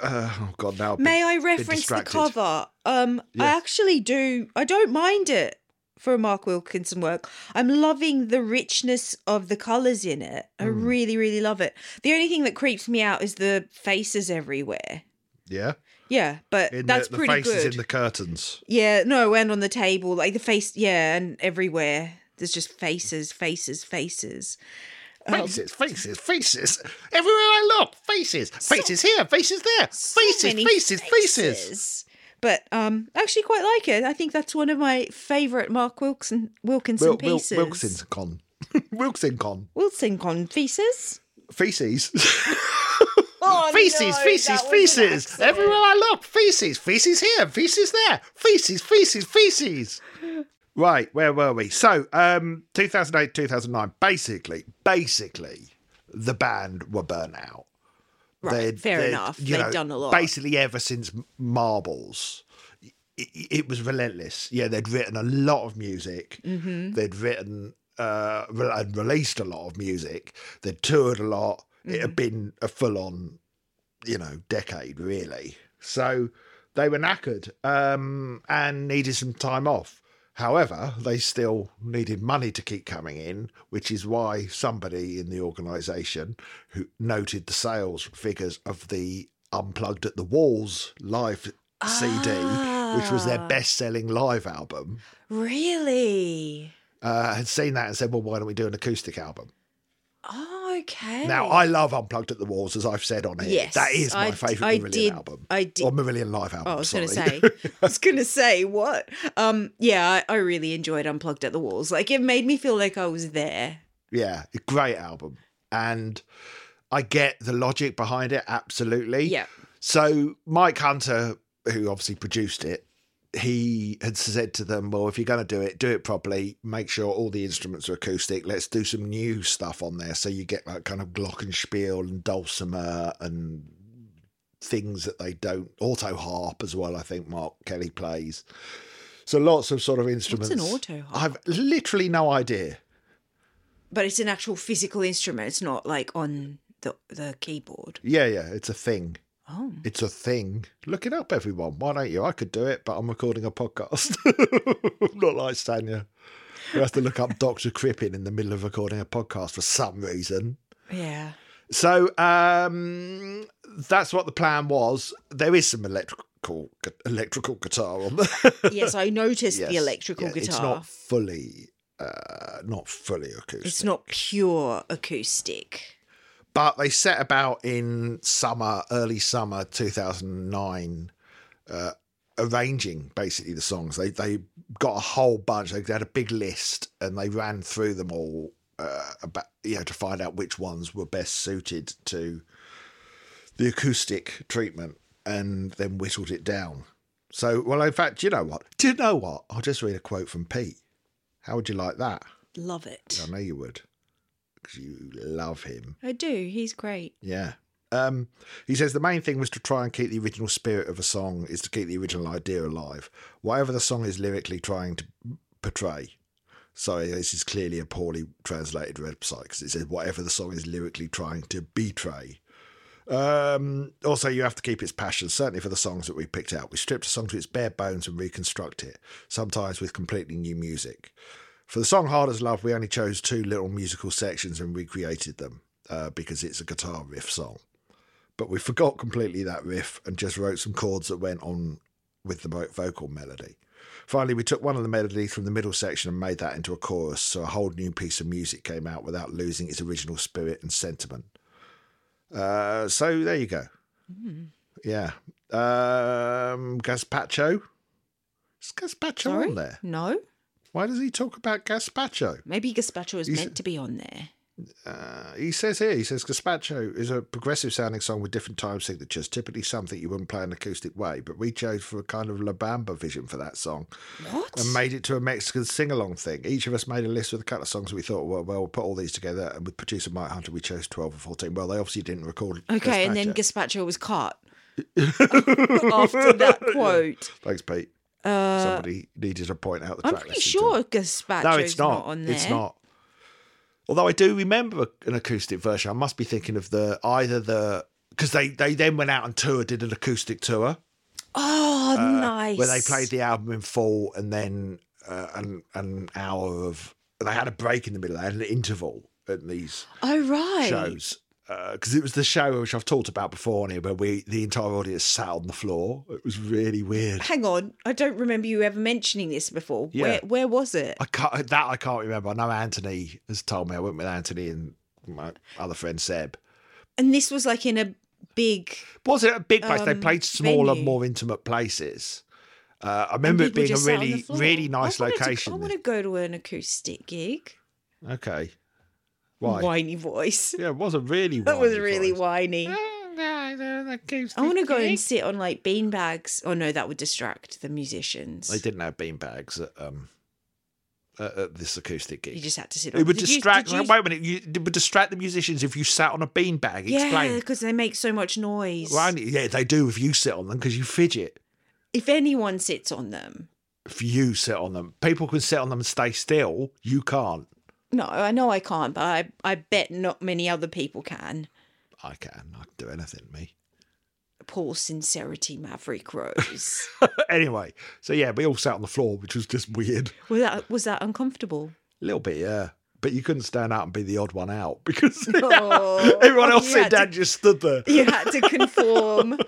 Speaker 1: uh, oh god now I've been-
Speaker 2: May I
Speaker 1: been
Speaker 2: reference the
Speaker 1: distracted.
Speaker 2: cover? Um I
Speaker 1: Yes.
Speaker 2: actually do I don't mind it for a Mark Wilkinson work. I'm loving the richness of the colours in it. I
Speaker 1: Hmm.
Speaker 2: really, really love it. The only thing that creeps me out is the faces everywhere.
Speaker 1: Yeah.
Speaker 2: Yeah, but
Speaker 1: In
Speaker 2: that's
Speaker 1: the, the
Speaker 2: pretty
Speaker 1: faces
Speaker 2: good.
Speaker 1: in the curtains.
Speaker 2: Yeah, no, and on the table, like the face, yeah, and everywhere. There's just faces, faces, faces. Oh.
Speaker 1: Faces, faces, faces. Everywhere I look, faces. Faces here, faces there.
Speaker 2: So many But um, I actually quite like it. I think that's one of my favourite Mark Wilson Wilkinson
Speaker 1: Wil, Wil,
Speaker 2: pieces.
Speaker 1: Wilson's con. <laughs> Wilson con.
Speaker 2: Wilson con feces.
Speaker 1: Feces. <laughs>
Speaker 2: Oh,
Speaker 1: feces,
Speaker 2: no,
Speaker 1: feces,
Speaker 2: that was an
Speaker 1: feces.
Speaker 2: accident.
Speaker 1: Everywhere I look, feces, feces here, feces there, feces, feces, feces. Right, where were we? So, um, 2008, 2009, basically, basically, the band were burnt out.
Speaker 2: Right, fair enough.
Speaker 1: you
Speaker 2: They'd
Speaker 1: know,
Speaker 2: done a lot.
Speaker 1: Basically, ever since Marbles, it, it was relentless. Yeah, they'd written a lot of music.
Speaker 2: Mm-hmm.
Speaker 1: They'd written uh, re- and released a lot of music. They'd toured a lot. It
Speaker 2: Mm-hmm.
Speaker 1: had been a full-on, you know, decade really. So they were knackered um, and needed some time off. However, they still needed money to keep coming in, which is why somebody in the organisation who noted the sales figures of the Unplugged at the Walls live CD, which was their
Speaker 2: Ah.
Speaker 1: best selling live album,
Speaker 2: Really?
Speaker 1: uh, had seen that and said, well, why don't we do an acoustic album?
Speaker 2: Oh, okay.
Speaker 1: Now, I love Unplugged at the Walls, as I've said on here.
Speaker 2: Yes,
Speaker 1: that is my
Speaker 2: I-
Speaker 1: favourite
Speaker 2: I
Speaker 1: Marillion
Speaker 2: did-
Speaker 1: album.
Speaker 2: I did-
Speaker 1: Or Marillion live album.
Speaker 2: Oh, I was
Speaker 1: sorry.
Speaker 2: going to say. I was going to say what? Um, yeah, I, I really enjoyed Unplugged at the Walls. Like it made me feel like I was there.
Speaker 1: <laughs> Yeah, a great album. And I get the logic behind it, absolutely.
Speaker 2: Yeah.
Speaker 1: So Mike Hunter, who obviously produced it, he had said to them, Well, if you're going to do it, do it properly. Make sure all the instruments are acoustic. Let's do some new stuff on there. So you get like kind of glockenspiel and dulcimer and things that they don't. Auto harp as well, I think Mark Kelly plays. So lots of sort of
Speaker 2: What's
Speaker 1: instruments.
Speaker 2: an auto harp?
Speaker 1: I've literally no idea.
Speaker 2: But it's an actual physical instrument. It's not like on the the keyboard.
Speaker 1: Yeah, yeah, it's a thing.
Speaker 2: Oh,
Speaker 1: It's a thing. Look it up, everyone. Why don't you? I could do it, but I'm recording a podcast. <laughs> Not like Sanya. We have to look up Dr. Crippen in the middle of recording a podcast for some reason. <laughs>
Speaker 2: yeah.
Speaker 1: So um, that's what the plan was. There is some electrical gu- electrical guitar on there.
Speaker 2: Yes, I noticed <laughs> the
Speaker 1: Yes,
Speaker 2: electrical
Speaker 1: yeah,
Speaker 2: guitar.
Speaker 1: It's not fully, uh, not fully acoustic.
Speaker 2: It's not pure acoustic.
Speaker 1: but they set about in summer, early summer 2009, uh, arranging basically the songs. They they got a whole bunch. They had a big list and they ran through them all, uh, about you know, to find out which ones were best suited to the acoustic treatment, and then whittled it down. So, well, in fact, do you know what? Do you know what? I'll just read a quote from Pete. How would you like that?
Speaker 2: Love it.
Speaker 1: I know you would, because you love him.
Speaker 2: I do. He's great.
Speaker 1: Yeah. Um, he says the main thing was to try and keep the original spirit of a song is to keep the original idea alive, whatever the song is lyrically trying to portray. Sorry, this is clearly a poorly translated website because it says whatever the song is lyrically trying to betray. Um, also, you have to keep its passion, certainly for the songs that we picked out. We stripped a song to its bare bones and reconstruct it, sometimes with completely new music. For the song Hard as Love, we only chose two little musical sections and recreated them uh, because it's a guitar riff song. But we forgot completely that riff and just wrote some chords that went on with the vo- vocal melody. Finally, we took one of the melodies from the middle section and made that into a chorus, so a whole new piece of music came out without losing its original spirit and sentiment. Uh, so there you go. Yeah. Um, gazpacho. Is gazpacho
Speaker 2: Sorry.
Speaker 1: on there?
Speaker 2: No,
Speaker 1: Why does he talk about gazpacho?
Speaker 2: maybe gazpacho was
Speaker 1: You
Speaker 2: meant to be on there.
Speaker 1: Uh, he says here, he says Gazpacho is a progressive sounding song with different time signatures, typically something you wouldn't play in an acoustic way, but we chose for a kind of La Bamba vision for that song
Speaker 2: What?
Speaker 1: and made it to a Mexican sing along thing. Each of us made a list with a couple of songs we thought, well, well, we'll put all these together. And with producer Mike Hunter, we chose 12 or 14. Well, they obviously didn't record.
Speaker 2: Okay, and then
Speaker 1: Gazpacho.
Speaker 2: gazpacho
Speaker 1: <laughs>
Speaker 2: was cut after that quote.
Speaker 1: Thanks, Pete.
Speaker 2: Uh,
Speaker 1: Somebody needed to point out the
Speaker 2: I'm
Speaker 1: track
Speaker 2: pretty
Speaker 1: listing to
Speaker 2: sure gazpacho's
Speaker 1: No, it's not.
Speaker 2: on there.
Speaker 1: It's not. Although I do remember an acoustic version. I must be thinking of the either the because they they then went out and toured, did an acoustic tour
Speaker 2: Oh, nice.
Speaker 1: Uh, where they played the album in full and then uh, an an hour of they had a break in the middle. They had an interval at these
Speaker 2: Oh right.
Speaker 1: shows because it was the show which I've talked about before on here where we the entire audience sat on the floor. It was really weird.
Speaker 2: Hang on, I don't remember you ever mentioning this before.
Speaker 1: Yeah.
Speaker 2: Where where was it?
Speaker 1: I can't, that I can't remember. I know Anthony has told me. I went with Anthony and my other friend Seb.
Speaker 2: And this was like in a big.
Speaker 1: Was it a big place? they
Speaker 2: um,
Speaker 1: played smaller,
Speaker 2: venue. more
Speaker 1: more intimate places. Uh, I remember it
Speaker 2: people
Speaker 1: being a
Speaker 2: just sat on the
Speaker 1: really,
Speaker 2: floor.
Speaker 1: really nice
Speaker 2: I wanted to-
Speaker 1: location.
Speaker 2: I want to go to an acoustic gig.
Speaker 1: Okay. Why?
Speaker 2: Whiny voice. <laughs>
Speaker 1: Yeah, it was a really.
Speaker 2: That was really whiny.
Speaker 1: I
Speaker 2: I want to go and sit on like beanbags. Oh no, that would distract the musicians.
Speaker 1: They didn't have beanbags at um at, at this acoustic
Speaker 2: You
Speaker 1: gig.
Speaker 2: just had to sit. on
Speaker 1: It would
Speaker 2: Did you-
Speaker 1: distract.
Speaker 2: did you-
Speaker 1: Wait a minute. You, it would distract the musicians if you sat on a beanbag.
Speaker 2: yeah,
Speaker 1: Explain.
Speaker 2: because they make so much noise.
Speaker 1: Well, only- yeah, they do if you sit on them because you fidget.
Speaker 2: If anyone sits on them,
Speaker 1: If you sit on them, people can sit on them and stay still. You can't.
Speaker 2: no, I know I can't, but I I bet not many other people can.
Speaker 1: I can. I can do anything, me.
Speaker 2: Poor sincerity, Maverick <laughs> Rose.
Speaker 1: <laughs> anyway, so yeah, we all sat on the floor, which was just weird.
Speaker 2: was that was that <laughs> uncomfortable?
Speaker 1: A little bit, yeah. But you couldn't stand out and be the odd one out because <laughs>
Speaker 2: Oh,
Speaker 1: everyone else
Speaker 2: you <laughs>
Speaker 1: sat
Speaker 2: had to-
Speaker 1: down just stood there. <laughs>
Speaker 2: You had to conform.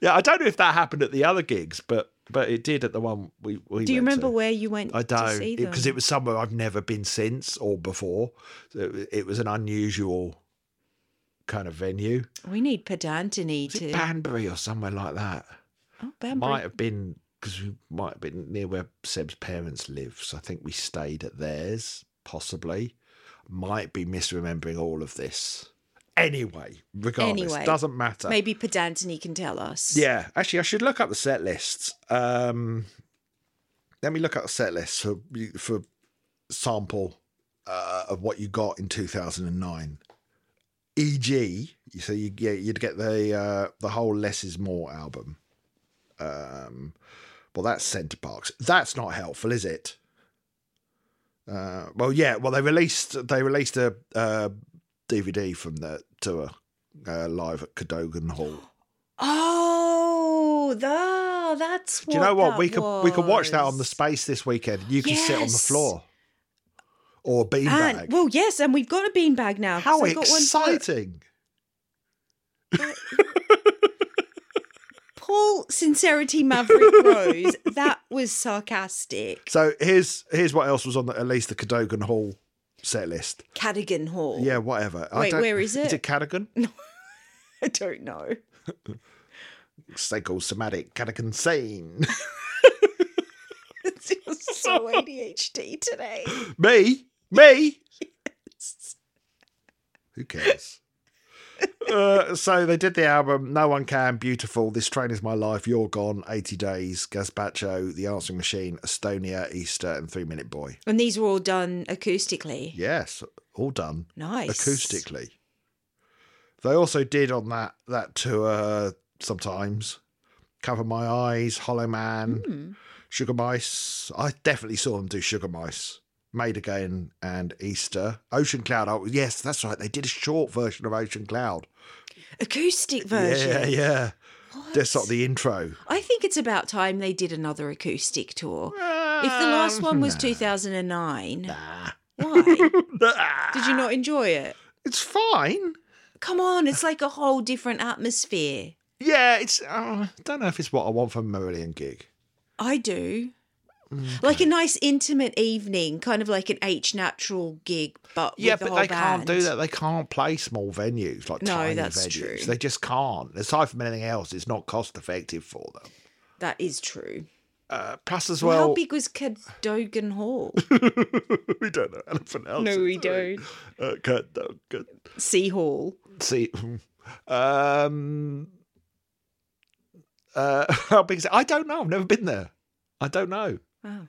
Speaker 1: yeah, I don't know if that happened at the other gigs, but but it did at the one we. we
Speaker 2: Do you
Speaker 1: went
Speaker 2: remember
Speaker 1: to.
Speaker 2: where you went
Speaker 1: I
Speaker 2: to
Speaker 1: don't
Speaker 2: see them?
Speaker 1: because it, was somewhere I've never been since or before. So it, it was an unusual kind of venue.
Speaker 2: we need Pedantony
Speaker 1: Was it
Speaker 2: to.
Speaker 1: Banbury or somewhere like that?
Speaker 2: oh, Banbury.
Speaker 1: Might have been because we might have been near where Seb's parents live. So I think we stayed at theirs, possibly. Might be misremembering all of this. Anyway, regardless,
Speaker 2: Anyway,
Speaker 1: doesn't matter.
Speaker 2: Maybe Pedantony can tell us.
Speaker 1: Yeah, actually, I should look up the set lists. Um, let me look up the set lists for for sample uh, of what you got in two thousand and nine. E.g., so you get you'd get the uh, the whole Less Is More album. Um, well, that's Centre Parks. That's not helpful, is it? Uh, well, yeah. Well, they released they released a uh, DVD from the tour uh, live at Cadogan Hall.
Speaker 2: Oh, the, that's what.
Speaker 1: Do you know what
Speaker 2: that
Speaker 1: we could we could watch that on the
Speaker 2: was.
Speaker 1: space this weekend. You can sit on the
Speaker 2: Yes.
Speaker 1: floor or a
Speaker 2: And-
Speaker 1: beanbag.
Speaker 2: well, yes, and we've got a beanbag now. 'cause
Speaker 1: How
Speaker 2: I've got one for-
Speaker 1: exciting!
Speaker 2: Paul
Speaker 1: <laughs>
Speaker 2: Sincerity Maverick Rose. That was sarcastic.
Speaker 1: So here's here's what else was on the, at least the Cadogan Hall set list.
Speaker 2: Cadogan Hall.
Speaker 1: Yeah, whatever. I
Speaker 2: Wait,
Speaker 1: don't-
Speaker 2: where is
Speaker 1: Is
Speaker 2: it?
Speaker 1: it Cadogan?
Speaker 2: <laughs> I don't know.
Speaker 1: Psychosomatic Cadogan Sane.
Speaker 2: <laughs> It's so ADHD today.
Speaker 1: Me, me. Who cares? uh, so they did the album No One Can, Beautiful, This Train Is My Life, You're Gone, 80 Days, Gazpacho, The Answering Machine, Estonia, Easter, and Three Minute Boy.
Speaker 2: And these were all done acoustically.
Speaker 1: Yes, all done
Speaker 2: Nice.
Speaker 1: acoustically. They also did on that, that tour sometimes Cover My Eyes, Hollow Man,
Speaker 2: Hmm.
Speaker 1: Sugar Mice. I definitely saw them do Sugar Mice. Made Again and Easter. Ocean Cloud. Oh, yes, that's right. They did a short version of Ocean Cloud.
Speaker 2: Acoustic version.
Speaker 1: Yeah, yeah.
Speaker 2: What?
Speaker 1: That's sort of the intro.
Speaker 2: I think it's about time they did another acoustic tour. If the last one was 2009,
Speaker 1: Nah.
Speaker 2: why?
Speaker 1: <laughs> Nah.
Speaker 2: Did you not enjoy it?
Speaker 1: It's fine.
Speaker 2: Come on, it's like a whole different atmosphere.
Speaker 1: Yeah, it's. Uh, I don't know if it's what I want from a Marillion gig.
Speaker 2: I do.
Speaker 1: Mm.
Speaker 2: Like a nice intimate evening, kind of like an H natural gig, but
Speaker 1: Yeah,
Speaker 2: with the
Speaker 1: but
Speaker 2: whole
Speaker 1: they can't do
Speaker 2: band.
Speaker 1: that. They can't play small venues like
Speaker 2: No,
Speaker 1: tiny
Speaker 2: that's
Speaker 1: venues.
Speaker 2: true.
Speaker 1: They just can't. Aside from anything else, it's not cost effective for them.
Speaker 2: That is true.
Speaker 1: Uh, plus, as
Speaker 2: Well,
Speaker 1: well,
Speaker 2: how big was
Speaker 1: <laughs>
Speaker 2: Cadogan Hall?
Speaker 1: we don't know anything else.
Speaker 2: no, we
Speaker 1: do we?
Speaker 2: don't.
Speaker 1: Uh, good, no, good.
Speaker 2: Sea Hall.
Speaker 1: See, um, uh, <laughs> how big is it? I don't know. I've never been there. I don't know.
Speaker 2: Oh.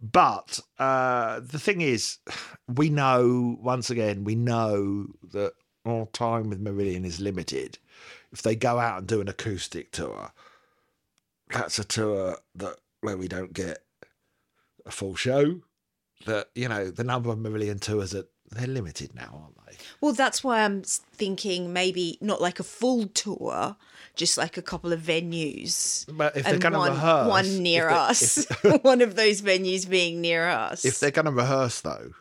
Speaker 1: But uh, the thing is, we know once again, we know that our time with Meridian is limited. If they go out and do an acoustic tour, that's a tour that where we don't get a full show. That you know, the number of Meridian tours are they're limited now, aren't they?
Speaker 2: Well, that's why I'm s- thinking maybe not like a full tour, just like a couple of venues.
Speaker 1: But if they're
Speaker 2: and
Speaker 1: going to
Speaker 2: one,
Speaker 1: rehearse,
Speaker 2: one near
Speaker 1: if <laughs> they-
Speaker 2: us. <laughs> one of those venues being near us.
Speaker 1: If, if they're going to rehearse, though,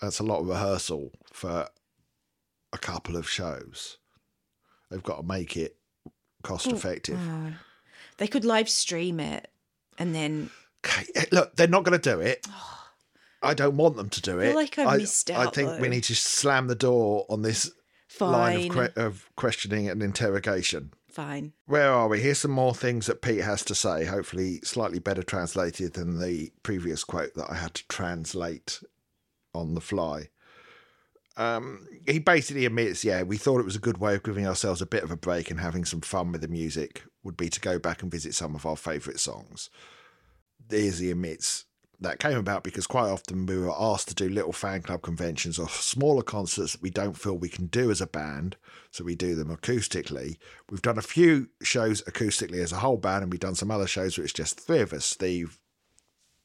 Speaker 1: that's a lot of rehearsal for a couple of shows. They've got to make it cost effective.
Speaker 2: Oh. They could live stream it and then
Speaker 1: Okay, eh, look, they're not going to do
Speaker 2: <sighs>
Speaker 1: it. I don't want them to do it.
Speaker 2: feel like I missed
Speaker 1: I
Speaker 2: out,
Speaker 1: think
Speaker 2: though.
Speaker 1: we need to slam the door on this
Speaker 2: fine.
Speaker 1: line of, que- of questioning and interrogation.
Speaker 2: fine.
Speaker 1: Where are we? Here's some more things that Pete has to say, hopefully slightly better translated than the previous quote that I had to translate on the fly. Um, he basically admits, yeah, we thought it was a good way of giving ourselves a bit of a break and having some fun with the music, would be to go back and visit some of our favourite songs. There's he admits that came about because quite often we were asked to do little fan club conventions or smaller concerts that we don't feel we can do as a band, so we do them acoustically. We've done a few shows acoustically as a whole band, and we've done some other shows where it's just three of us Steve,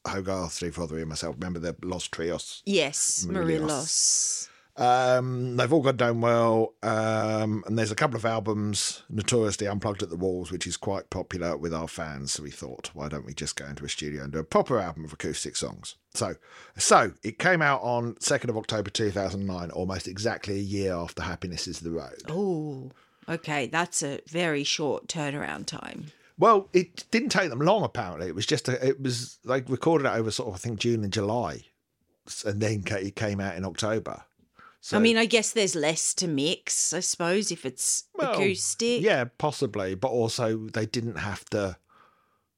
Speaker 1: Hogarth, Steve Rothery, and myself. Remember the Lost Trios?
Speaker 2: Yes,
Speaker 1: Morelos.
Speaker 2: Morelos.
Speaker 1: Um, they've all gone down well, um, and there's a couple of albums notoriously unplugged at the walls, which is quite popular with our fans. So we thought, why don't we just go into a studio and do a proper album of acoustic songs? So, so it came out on second of October two thousand nine, almost exactly a year after Happiness Is the Road.
Speaker 2: Oh, Okay, that's a very short turnaround time.
Speaker 1: Well, it didn't take them long. Apparently, it was just a, it was like recorded it over sort of I think June and July, S- and then ca- it came out in October. So,
Speaker 2: I mean, I guess there's less to mix, I suppose, if it's
Speaker 1: well,
Speaker 2: acoustic.
Speaker 1: Yeah, possibly, but also they didn't have to.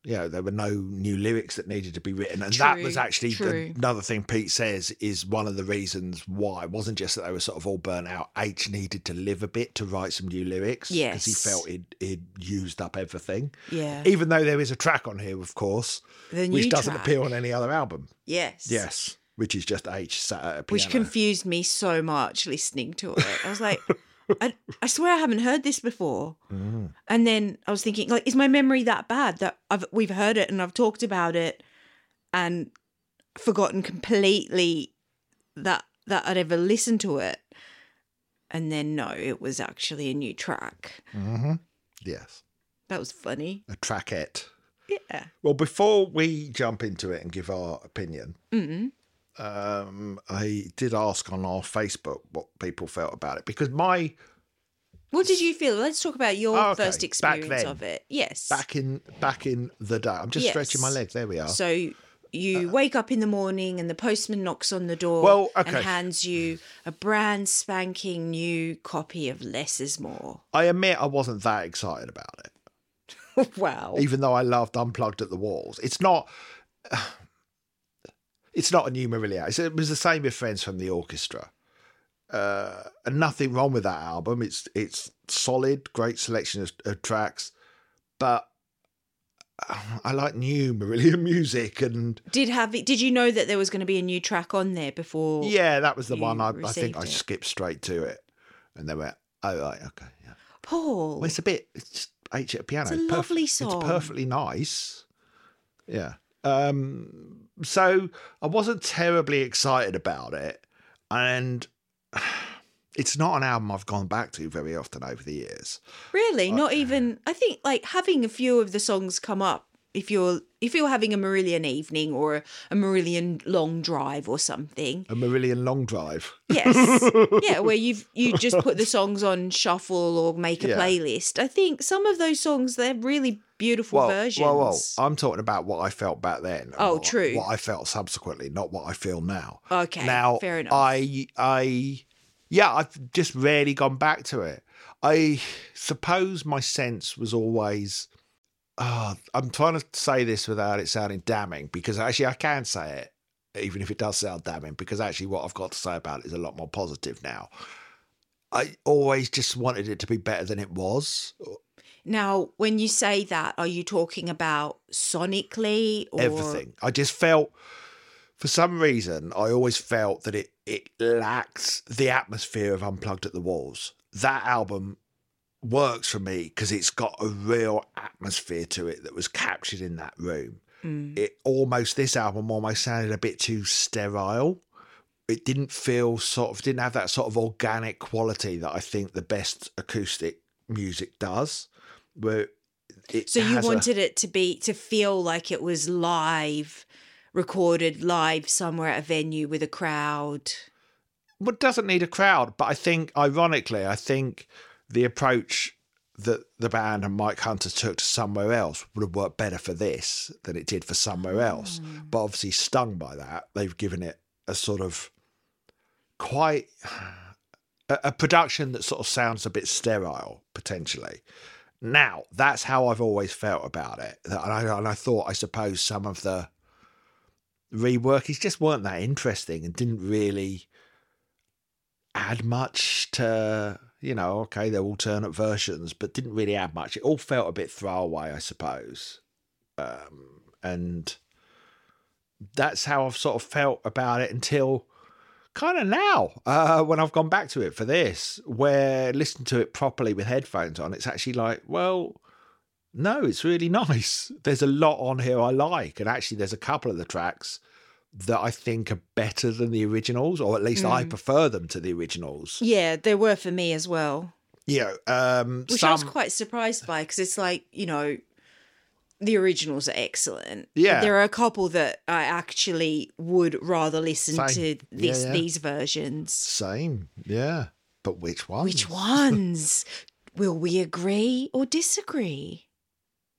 Speaker 1: You know, there were no new lyrics that needed to be written, and that
Speaker 2: True,
Speaker 1: was actually
Speaker 2: true.
Speaker 1: another thing Pete says is one of the reasons why it wasn't just that they were sort of all burnt out. H needed to live a bit to write some new lyrics because he
Speaker 2: Yes.
Speaker 1: felt he'd, he'd used up everything.
Speaker 2: Yeah.
Speaker 1: Even though there is a track on here, of course,
Speaker 2: the new
Speaker 1: which doesn't
Speaker 2: track.
Speaker 1: appear on any other album.
Speaker 2: Yes.
Speaker 1: Yes, which is just H sat at a piano.
Speaker 2: Which confused me so much listening to it. I was
Speaker 1: <laughs>
Speaker 2: like, I, I swear I haven't heard this before.
Speaker 1: Mm.
Speaker 2: And then I was thinking, like, is my memory that bad that I've we've heard it and I've talked about it and forgotten completely that that I'd ever listened to it? And then no, it was actually a new track.
Speaker 1: Mhm. Yes,
Speaker 2: That was funny.
Speaker 1: a trackette.
Speaker 2: Yeah.
Speaker 1: Well, before we jump into it and give our opinion,
Speaker 2: Mm.
Speaker 1: um, I did ask on our Facebook what people felt about it because my
Speaker 2: What did you feel? Let's talk about your
Speaker 1: Oh, okay.
Speaker 2: first
Speaker 1: Back
Speaker 2: experience
Speaker 1: then.
Speaker 2: of it. Yes.
Speaker 1: back in back in the day, I'm just
Speaker 2: Yes.
Speaker 1: stretching my legs. There we are.
Speaker 2: So you wake up in the morning and the postman knocks on the door
Speaker 1: Uh, Well, okay.
Speaker 2: and hands you a brand spanking new copy of Less Is More. <laughs>
Speaker 1: I admit I wasn't that excited about it.
Speaker 2: wow.
Speaker 1: even though I loved Unplugged at the Walls. It's not. <sighs> It's not a new Marillion. It's- It was the same with Friends from the Orchestra, uh, and nothing wrong with that album. It's it's solid, great selection of, of tracks, but <sighs> I like new Marillion <laughs> music, and
Speaker 2: Did have it, did you know that there was going to be a new track on there before?
Speaker 1: yeah, that was the
Speaker 2: You
Speaker 1: one I, I think
Speaker 2: received
Speaker 1: I
Speaker 2: it.
Speaker 1: skipped straight to it, and they went, "Oh, right, okay, yeah."
Speaker 2: Paul.
Speaker 1: Well, it's a bit. It's just H at a piano.
Speaker 2: It's a lovely song.
Speaker 1: It's perfectly nice. Yeah. Um. So I wasn't terribly excited about it, and <sighs> it's not an album I've gone back to very often over the years.
Speaker 2: really?
Speaker 1: I-
Speaker 2: Not even I think like having a few of the songs come up if you're if you're having a Marillion evening or a, a Marillion long drive or something.
Speaker 1: A Marillion long drive.
Speaker 2: Yes.
Speaker 1: <laughs>
Speaker 2: yeah, where you've you just put the songs on shuffle or make a
Speaker 1: Yeah.
Speaker 2: playlist. I think some of those songs they're really beautiful
Speaker 1: Well,
Speaker 2: versions.
Speaker 1: well, well, I'm talking about what I felt back then. and
Speaker 2: Oh,
Speaker 1: what-
Speaker 2: true.
Speaker 1: What I felt subsequently, not what I feel now.
Speaker 2: okay,
Speaker 1: now
Speaker 2: fair enough.
Speaker 1: I I yeah, I've just rarely gone back to it. I suppose my sense was always ah, I'm trying to say this without it sounding damning because actually I can say it even if it does sound damning because actually what I've got to say about it is a lot more positive now. I always just wanted it to be better than it was.
Speaker 2: now, when you say that, are you talking about sonically or
Speaker 1: everything. I just felt, for some reason, I always felt that it it lacked the atmosphere of Unplugged at the Walls. That album works for me because it's got a real atmosphere to it that was captured in that room.
Speaker 2: Mm.
Speaker 1: It almost this album almost sounded a bit too sterile. It didn't feel sort of didn't have that sort of organic quality that I think the best acoustic music does. Where it
Speaker 2: So you
Speaker 1: has a-
Speaker 2: wanted it to be to feel like it was live, recorded live somewhere at a venue with a crowd.
Speaker 1: well, it doesn't need a crowd, but I think, ironically, I think the approach that the band and Mike Hunter took to somewhere else would have worked better for this than it did for somewhere else. But obviously, stung by that, they've given it a sort of quite a, a production that sort of sounds a bit sterile potentially. Now, that's how I've always felt about it, and I, and I thought, I suppose, some of the reworkies just weren't that interesting and didn't really add much to you know okay they're alternate versions but didn't really add much it all felt a bit throwaway i suppose um and that's how i've sort of felt about it until kind of now uh when i've gone back to it for this where listening to it properly with headphones on it's actually like well no it's really <laughs> nice there's a lot on here i like and actually there's a couple of the tracks that i think are better than the originals or at least i
Speaker 2: Mm.
Speaker 1: prefer them to the originals
Speaker 2: Yeah, there were for me as well.
Speaker 1: you know um
Speaker 2: which I was
Speaker 1: some
Speaker 2: quite surprised by because it's like you know the originals are excellent but
Speaker 1: Yeah.
Speaker 2: there are a couple that i actually would rather listen
Speaker 1: Same.
Speaker 2: to this
Speaker 1: Yeah, yeah.
Speaker 2: these versions
Speaker 1: same yeah but which one
Speaker 2: which ones <laughs> Will we agree or disagree?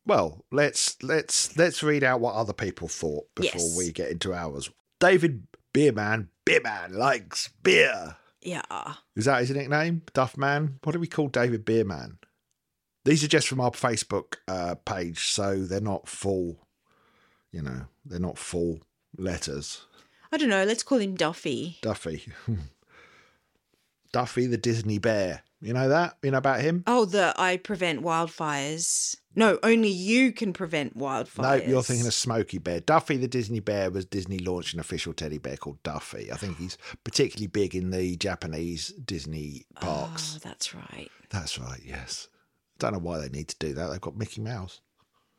Speaker 1: Well, let's let's let's read out what other people thought before
Speaker 2: Yes.
Speaker 1: we get into ours. David Beerman, Beerman likes beer.
Speaker 2: Yeah.
Speaker 1: Is that his nickname? Duffman? What do we call David Beerman? These are just from our Facebook uh, page, so they're not full. You know, they're not full letters.
Speaker 2: I don't know. Let's call him Duffy.
Speaker 1: Duffy, <laughs> Duffy the Disney Bear. You know that? You know about him?
Speaker 2: Oh, the I prevent wildfires. No, only you can prevent wildfires.
Speaker 1: No, you're thinking of Smokey Bear. Duffy the Disney Bear was Disney launched an official teddy bear called Duffy. I think he's particularly big in the Japanese Disney parks.
Speaker 2: Oh, that's right.
Speaker 1: That's right, yes. Don't know why they need to do that. They've got Mickey Mouse.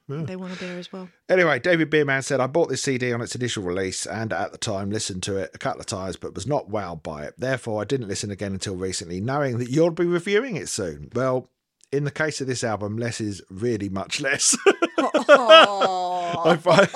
Speaker 2: They want a bear as
Speaker 1: <laughs>
Speaker 2: well.
Speaker 1: Anyway, David Beerman said, I bought this CD on its initial release and at the time listened to it a couple of times, but was not wowed by it. Therefore, I didn't listen again until recently, knowing that you'll be reviewing it soon. Well, in the case of this album, less is really much less. <laughs> I
Speaker 2: Oh,
Speaker 1: find,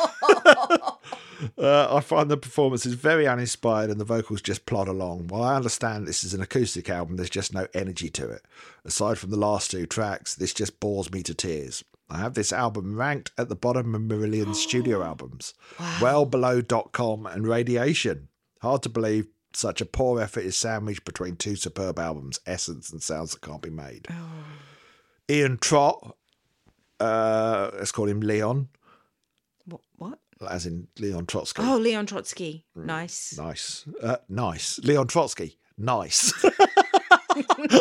Speaker 1: <laughs> uh, I find the performance is very uninspired and the vocals just plod along. While I understand this is an acoustic album, there's just no energy to it. Aside from the last two tracks, this just bores me to tears. I have this album ranked at the bottom of Marillion's studio albums, well below Dot Com and Radiation. Hard to believe such a poor effort is sandwiched between two superb albums, Essence and Sounds That Can't Be Made. Ian Trott, uh, let's call him Leon,
Speaker 2: what? what?
Speaker 1: as in Leon Trotsky.
Speaker 2: Oh, Leon Trotsky. Nice.
Speaker 1: Mm. Nice. Uh, nice. Leon Trotsky. Nice. <laughs>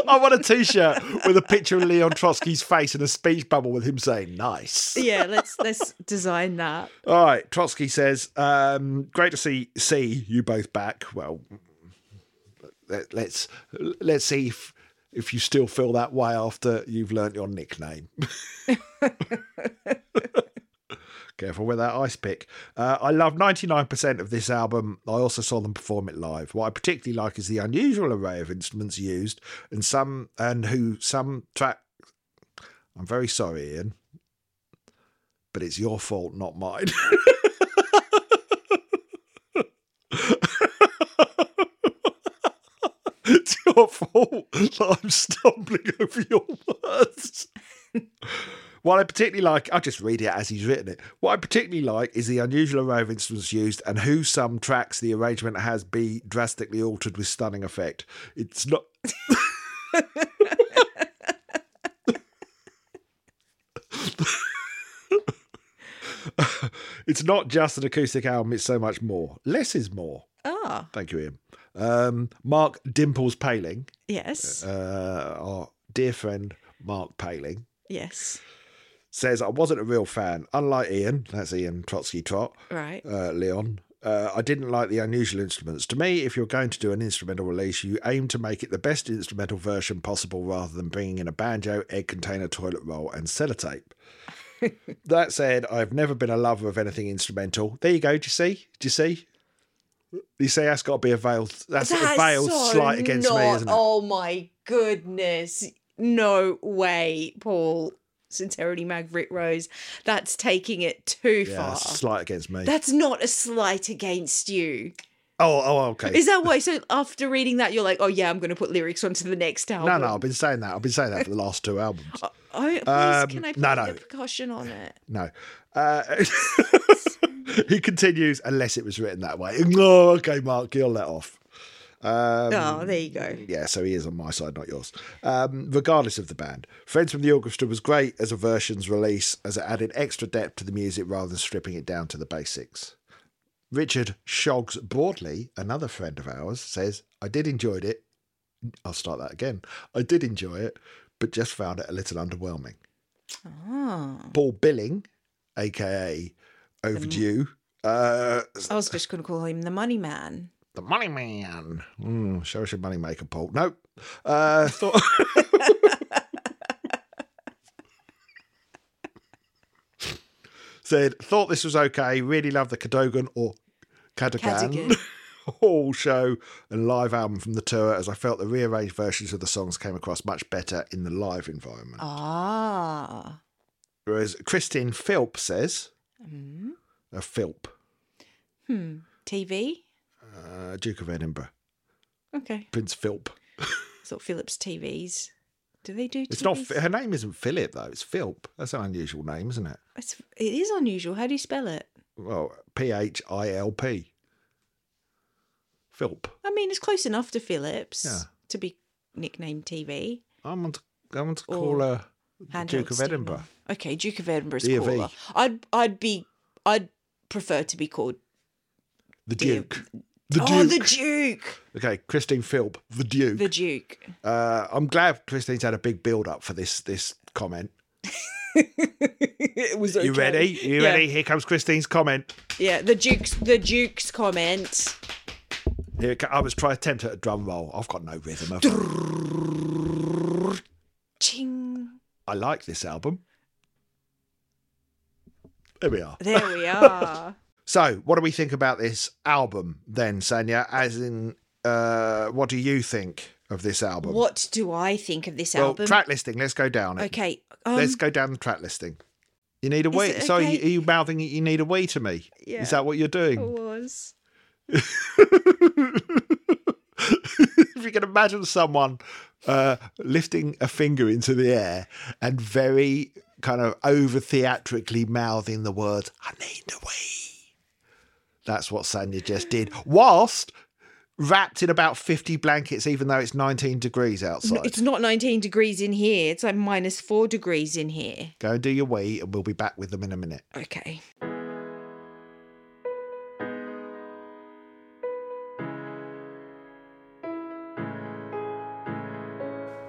Speaker 1: I want a t shirt with a picture of Leon Trotsky's face and a speech bubble with him saying nice. <laughs>
Speaker 2: Yeah, let's let's design that.
Speaker 1: All right. Trotsky says, um, great to see, see you both back. Well, let, let's let's see if, if you still feel that way after you've learnt your nickname. <laughs> Careful with that ice pick. Uh, I love 99% of this album. I also saw them perform it live. What I particularly like is the unusual array of instruments used, and some and who some track. I'm very sorry, Ian, but it's your fault, not mine. <laughs> <laughs> it's your fault that I'm stumbling <laughs> over your words. What I particularly like, I'll just read it as he's written it. What I particularly like is the unusual array of instruments used and who some tracks the arrangement has be drastically altered with stunning effect. It's not. <laughs> it's not just an acoustic album, it's so much more. Less is more.
Speaker 2: Ah,
Speaker 1: Thank you, Ian. Um, Mark Dimples Paling,
Speaker 2: yes,
Speaker 1: uh, our dear friend Mark Paling,
Speaker 2: yes,
Speaker 1: says, I wasn't a real fan. Unlike Ian, that's Ian Trotsky Trot,
Speaker 2: right.
Speaker 1: uh, Leon, uh, I didn't like the unusual instruments. To me, if you're going to do an instrumental release, you aim to make it the best instrumental version possible rather than bringing in a banjo, egg container, toilet roll, and
Speaker 2: <laughs>
Speaker 1: sellotape. that said, I've never been a lover of anything instrumental. There you go. Do you see? Do you see? You see, that's got to be a veiled, that's, a veiled slight against me, isn't it?
Speaker 2: Oh my goodness! No way, Paul. Sincerity, Margaret Rose. That's taking it too
Speaker 1: yeah,
Speaker 2: far.
Speaker 1: that's a slight against me.
Speaker 2: That's not a slight against you.
Speaker 1: oh, oh, okay.
Speaker 2: Is
Speaker 1: <laughs>
Speaker 2: that why? So after reading that, you're like, oh yeah, I'm going to put lyrics onto the next album.
Speaker 1: No, no, I've been saying that. I've been saying that for the last two albums.
Speaker 2: Oh, please,
Speaker 1: Um,
Speaker 2: can I put
Speaker 1: no,
Speaker 2: the
Speaker 1: no.
Speaker 2: percussion on it?
Speaker 1: No. Uh, <laughs> he continues, unless it was written that way. <laughs> No, okay, Mark, you're let off. Um,
Speaker 2: oh, there you go.
Speaker 1: yeah, so he is on my side, not yours. Um, regardless of the band, Friends from the Orchestra was great as a versions release, as it added extra depth to the music rather than stripping it down to the basics. Richard Shoggs Broadley, another friend of ours, says, I did enjoy it. I'll start that again. I did enjoy it, but just found it a little underwhelming.
Speaker 2: Oh.
Speaker 1: Paul Billing, aka Overdue, uh,
Speaker 2: I was just going to call him the Money Man.
Speaker 1: the Money Man. Mm, show us your money maker, Paul. Nope. Uh, thought. <laughs> Said thought this was okay. Really loved the Cadogan or Cadogan <laughs>
Speaker 2: <laughs> Cadogan.
Speaker 1: whole show and live album from the tour, as I felt the rearranged versions of the songs came across much better in the live environment.
Speaker 2: Ah.
Speaker 1: Whereas Christine Philp says,
Speaker 2: Mm.
Speaker 1: a Philp,
Speaker 2: Hmm. TV?
Speaker 1: uh, Duke of Edinburgh,
Speaker 2: Okay.
Speaker 1: Prince Philp.
Speaker 2: Sort of Phillips TVs. Do they do?
Speaker 1: It's not.
Speaker 2: TVs?
Speaker 1: Her name isn't Philip though. It's Philp. That's an unusual name, isn't it?
Speaker 2: It's, it is unusual. How do you spell it?
Speaker 1: Well, P H I L P. Philp.
Speaker 2: I mean, it's close enough to Phillips
Speaker 1: Yeah.
Speaker 2: to be nicknamed TV.
Speaker 1: I'm going to, I'm going to
Speaker 2: Or
Speaker 1: call her the
Speaker 2: Handheld
Speaker 1: Duke of
Speaker 2: steamer.
Speaker 1: Edinburgh.
Speaker 2: Okay, Duke of Edinburgh's
Speaker 1: D of E.
Speaker 2: cooler. I'd I'd be I'd prefer to be called
Speaker 1: The
Speaker 2: D of-
Speaker 1: Duke. The Duke.
Speaker 2: Oh the Duke.
Speaker 1: okay, Christine Philp. The Duke.
Speaker 2: The Duke.
Speaker 1: Uh, I'm glad Christine's had a big build up for this this comment.
Speaker 2: <laughs> it was
Speaker 1: You
Speaker 2: okay.
Speaker 1: ready? You
Speaker 2: Yeah.
Speaker 1: ready? Here comes Christine's comment.
Speaker 2: Yeah, the Duke's the Duke's comment.
Speaker 1: Here it co- I was trying to attempt at a drum roll. I've got no rhythm. have I?
Speaker 2: Ching.
Speaker 1: I like this album. There we are.
Speaker 2: There
Speaker 1: <laughs>
Speaker 2: we are.
Speaker 1: So, what do we think about this album then, Sanya? As in, uh, what do you think of this album?
Speaker 2: what do I think of this
Speaker 1: well,
Speaker 2: album?
Speaker 1: track listing. Let's go down it.
Speaker 2: okay. Um,
Speaker 1: Let's go down the track listing. You need a
Speaker 2: Is
Speaker 1: wee.
Speaker 2: it
Speaker 1: Sorry,
Speaker 2: okay?
Speaker 1: are you mouthing you need a wee to me?
Speaker 2: Yeah. Oh,
Speaker 1: Is that what you're doing?
Speaker 2: I was.
Speaker 1: if you can imagine someone uh, lifting a finger into the air and very kind of over theatrically mouthing the words, I need a wee. That's what Sanya just did, whilst wrapped in about 50 blankets, even though it's 19 degrees outside.
Speaker 2: No, it's not 19 degrees in here. It's like minus four degrees in here.
Speaker 1: Go and do your wee, and we'll be back with them in a minute.
Speaker 2: Okay.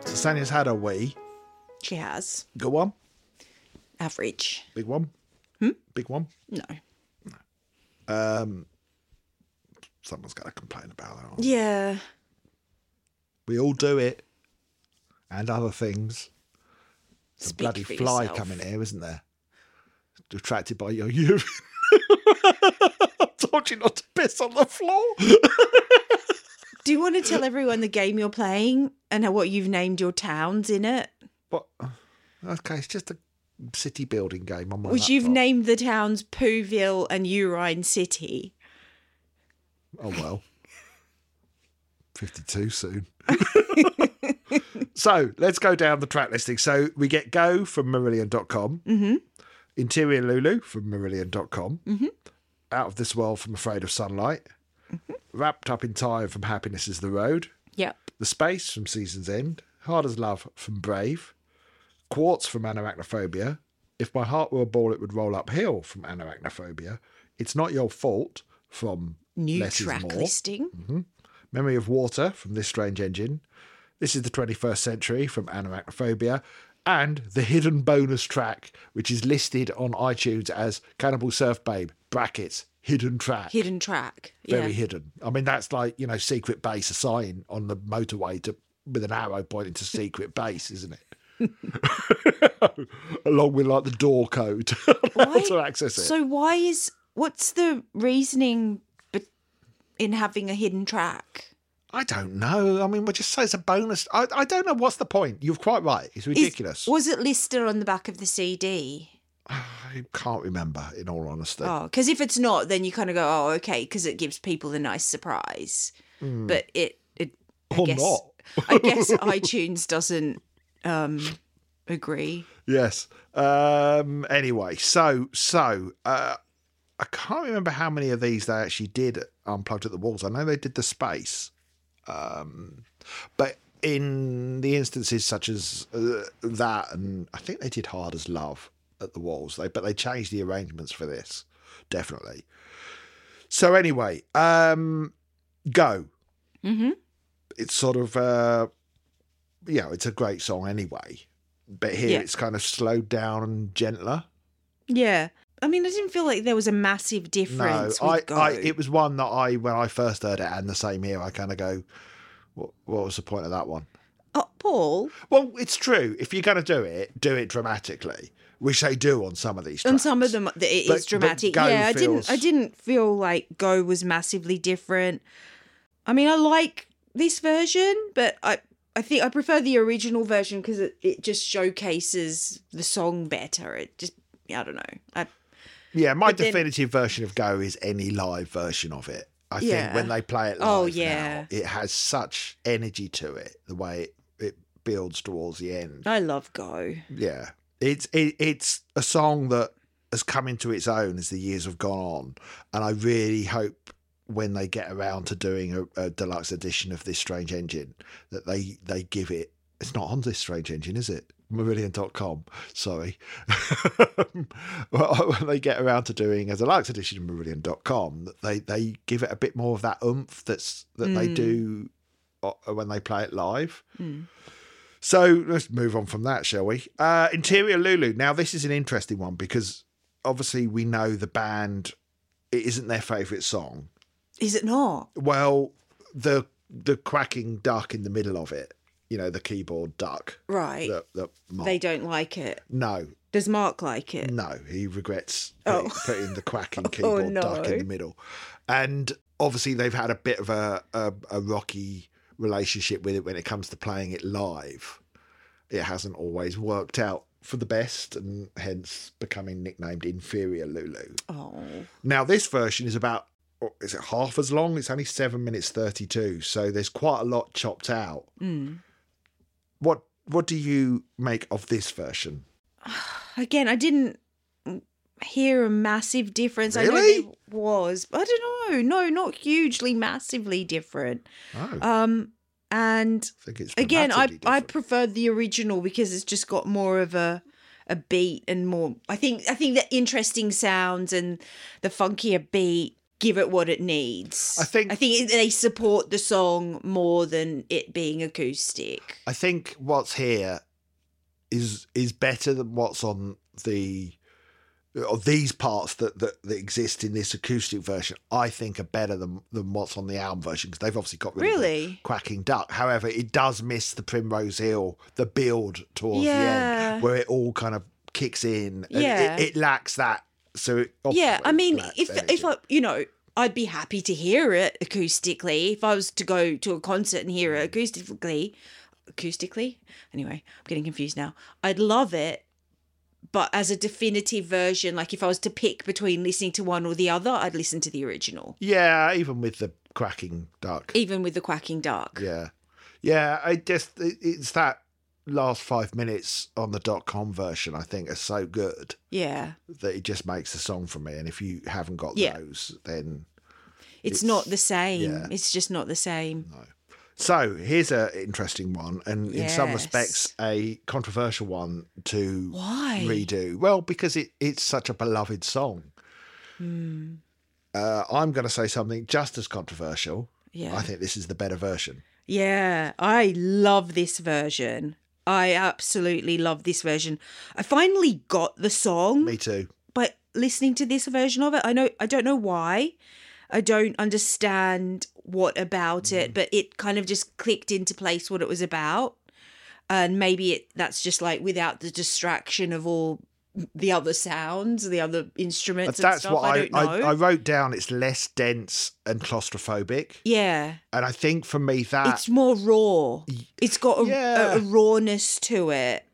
Speaker 1: So Sanya's had a wee.
Speaker 2: She has
Speaker 1: Go on.
Speaker 2: average.
Speaker 1: Big one.
Speaker 2: Hmm?
Speaker 1: Big one.
Speaker 2: No.
Speaker 1: Someone's got to complain about that. aren't they?
Speaker 2: Yeah.
Speaker 1: We all do it. And other things. There's a
Speaker 2: Speak
Speaker 1: bloody
Speaker 2: for
Speaker 1: fly
Speaker 2: yourself.
Speaker 1: coming here, isn't there? Attracted by your <laughs> urine. I told you not to piss on the floor.
Speaker 2: Do you want to tell everyone the game you're playing and how- what you've named your towns in it?
Speaker 1: But okay, it's just a city building game on my
Speaker 2: Which you've
Speaker 1: laptop.
Speaker 2: named the towns Pooville and Urine City.
Speaker 1: Oh
Speaker 2: <laughs>
Speaker 1: well. 52 soon. <laughs> so let's go down the track listing. So we get Go from Marillion.com, mm-hmm. Interior Lulu from Marillion.com, mm-hmm. Out of This World from Afraid of Sunlight,
Speaker 2: Mm-hmm.
Speaker 1: Wrapped Up in Time from Happiness is the Road,
Speaker 2: Yep.
Speaker 1: The Space from Season's End, Hard as Love from Brave, Quartz from Anarachnophobia, If My Heart Were a Ball It Would Roll Uphill from Anarachnophobia, It's Not Your Fault from
Speaker 2: New
Speaker 1: Less Is
Speaker 2: track
Speaker 1: More. Mm.
Speaker 2: listing.
Speaker 1: Memory of Water from This Strange Engine. This is the 21st Century from Anarachnophobia. And the hidden bonus track, which is listed on iTunes as Cannibal Surf Babe, brackets, hidden track.
Speaker 2: Hidden track.
Speaker 1: Very
Speaker 2: yeah.
Speaker 1: hidden. I mean, that's like, you know, secret base, a sign on the motorway to with an arrow pointing to secret base, isn't it?
Speaker 2: <laughs>
Speaker 1: Along with like the door code <laughs>
Speaker 2: Why-
Speaker 1: to access it.
Speaker 2: So why is what's the reasoning be- in having a hidden track?
Speaker 1: I don't know. I mean, we just say it's a bonus. I, I don't know what's the point. You're quite right. It's
Speaker 2: Is-
Speaker 1: ridiculous.
Speaker 2: was it listed on the back of the CD?
Speaker 1: <sighs> I can't remember, in all honesty.
Speaker 2: Oh, because if it's not, then you kind of go, oh, okay, because it gives people a nice surprise. But it, it, I
Speaker 1: Hmm. or
Speaker 2: guess,
Speaker 1: not. <laughs>
Speaker 2: I guess iTunes doesn't um agree.
Speaker 1: Yes. Um, anyway, so so uh, I can't remember how many of these they actually did unplugged at the walls. I know they did the space, um, but in the instances such as uh, that, and I think they did hard as love at the walls. They but they changed the arrangements for this definitely. So anyway, um, go.
Speaker 2: Mm-hmm.
Speaker 1: It's sort of uh, you know it's a great song anyway. But here
Speaker 2: Yeah.
Speaker 1: it's kind of slowed down and gentler.
Speaker 2: Yeah. I mean, I didn't feel like there was a massive
Speaker 1: No,
Speaker 2: difference.
Speaker 1: I,
Speaker 2: with Go.
Speaker 1: I, it was one that I, when I first heard it, and the same here, I kind of go, what, what was the point of that one?
Speaker 2: oh, Paul,
Speaker 1: Well, it's true. If you're going to do it, do it dramatically, which they do on some of these. Tracks.
Speaker 2: on some of them, it is
Speaker 1: But- but
Speaker 2: dramatic.
Speaker 1: Go
Speaker 2: yeah, I didn't, I
Speaker 1: feels-
Speaker 2: didn't feel like Go was massively different. I mean, I like this version, but I, I think I prefer the original version because it, it just showcases the song better. It just, I don't know. I,
Speaker 1: yeah, my
Speaker 2: but then-
Speaker 1: definitive version of Go is any live version of it. I
Speaker 2: Yeah.
Speaker 1: think when they play it live,
Speaker 2: Oh,
Speaker 1: now,
Speaker 2: yeah.
Speaker 1: it has such energy to it. The way it, it builds towards the end.
Speaker 2: I love Go.
Speaker 1: Yeah, it's it, it's a song that has come into its own as the years have gone on, and I really hope when they get around to doing a, a deluxe edition of this Strange Engine that they they give it. It's not on this Strange Engine, is it? Meridian.com, sorry. <laughs> well, <laughs> when they get around to doing a deluxe edition of Meridian.com, that they, they give it a bit more of that oomph that's that they
Speaker 2: Mm.
Speaker 1: do uh, when they play it live.
Speaker 2: Mm.
Speaker 1: So let's move on from that, shall we? Uh, Interior Lulu. Now, this is an interesting one because obviously we know the band, it isn't their favourite song.
Speaker 2: Is it not?
Speaker 1: Well, the the cracking duck in the middle of it, you know, the keyboard duck.
Speaker 2: Right.
Speaker 1: That, that Mark,
Speaker 2: They don't like it.
Speaker 1: no,
Speaker 2: Does Mark like it?
Speaker 1: no, he regrets
Speaker 2: Oh.
Speaker 1: putting, putting the
Speaker 2: <laughs>
Speaker 1: quacking keyboard
Speaker 2: no.
Speaker 1: duck in the middle. And obviously, they've had a bit of a, a, a rocky relationship with it when it comes to playing it live. It hasn't always worked out for the best, and hence becoming nicknamed Inferior Lulu.
Speaker 2: Oh.
Speaker 1: Now, this version is about, or is it half as long? It's only seven minutes 32, so there's quite a lot chopped out.
Speaker 2: Mm.
Speaker 1: What, what do you make of this version?
Speaker 2: <sighs> Again, I didn't hear a massive difference. I know
Speaker 1: Really?
Speaker 2: there was, but I don't know. No, not hugely, massively different.
Speaker 1: Oh, I
Speaker 2: Um, and
Speaker 1: think it's
Speaker 2: again, I
Speaker 1: dramatically
Speaker 2: I
Speaker 1: different.
Speaker 2: prefer the original because it's just got more of a a beat and more. I think I think the interesting sounds and the funkier beat give it what it needs.
Speaker 1: I think-
Speaker 2: I think they support the song more than it being acoustic.
Speaker 1: I think what's here is is better than what's on the or these parts that, that that exist in this acoustic version. I think are better than than what's on the album version because they've obviously got rid of the
Speaker 2: Really?
Speaker 1: quacking duck. However, it does miss the Primrose Hill, the build towards the
Speaker 2: Yeah.
Speaker 1: end where it all kind of kicks in. and
Speaker 2: Yeah.
Speaker 1: it, it lacks that. So it
Speaker 2: yeah, I
Speaker 1: operates
Speaker 2: mean,
Speaker 1: lacks
Speaker 2: if
Speaker 1: energy.
Speaker 2: if I you know. I'd be happy to hear it acoustically. If I was to go to a concert and hear
Speaker 1: Mm.
Speaker 2: it acoustically, acoustically. Anyway, I'm getting confused now. I'd love it, but as a definitive version, like if I was to pick between listening to one or the other, I'd listen to the original,
Speaker 1: yeah, even with the cracking duck,
Speaker 2: even with the quacking dark.
Speaker 1: Yeah, yeah. I just it- it's that last five minutes on the dot com version. I think are so good
Speaker 2: Yeah.
Speaker 1: that it just makes the song for me. And if you haven't got
Speaker 2: Yeah.
Speaker 1: those, then
Speaker 2: It's,
Speaker 1: It's-
Speaker 2: not the same.
Speaker 1: yeah.
Speaker 2: It's just not the same.
Speaker 1: so here's an interesting one, and in some
Speaker 2: Yes.
Speaker 1: respects a controversial one to
Speaker 2: Why?
Speaker 1: redo. Well, because it it's such a beloved song.
Speaker 2: Hmm.
Speaker 1: Uh, I'm going to say something just as controversial.
Speaker 2: Yeah.
Speaker 1: I think this is the better version.
Speaker 2: Yeah, I love this version. I absolutely love this version. I finally got the song
Speaker 1: Me too.
Speaker 2: by listening to this version of it. I know I don't know why. I don't understand what about
Speaker 1: Mm.
Speaker 2: it, but it kind of just clicked into place what it was about. And maybe it that's just like without the distraction of all the other sounds, the other
Speaker 1: But
Speaker 2: instruments and
Speaker 1: that's
Speaker 2: stuff.
Speaker 1: what
Speaker 2: I
Speaker 1: I,
Speaker 2: don't know.
Speaker 1: I, I wrote down. It's less dense and claustrophobic.
Speaker 2: yeah.
Speaker 1: And I think for me that
Speaker 2: it's more raw. It's got a, a-
Speaker 1: Yeah.
Speaker 2: a rawness to it.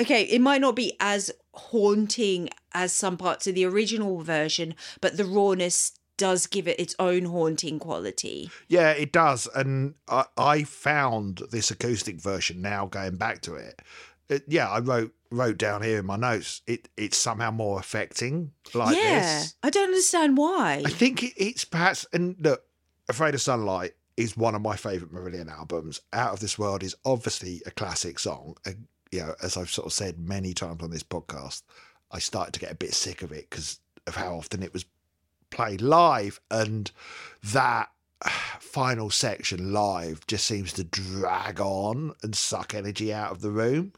Speaker 2: Okay, it might not be as haunting as some parts of the original version, but the rawness does give it its own haunting quality.
Speaker 1: yeah, it does. And I, I found this acoustic version now going back to it. it. Yeah, I wrote wrote down here in my notes. It it's somehow more affecting like
Speaker 2: yeah,
Speaker 1: this.
Speaker 2: I don't understand why.
Speaker 1: I think it, it's perhaps and look, Afraid of Sunlight is one of my favourite Marillion albums. Out of This World is obviously a classic song. And, you know, as I've sort of said many times on this podcast, I started to get a bit sick of it because of how often it was played live and that <sighs> final section live just seems to drag on and suck energy out of the room.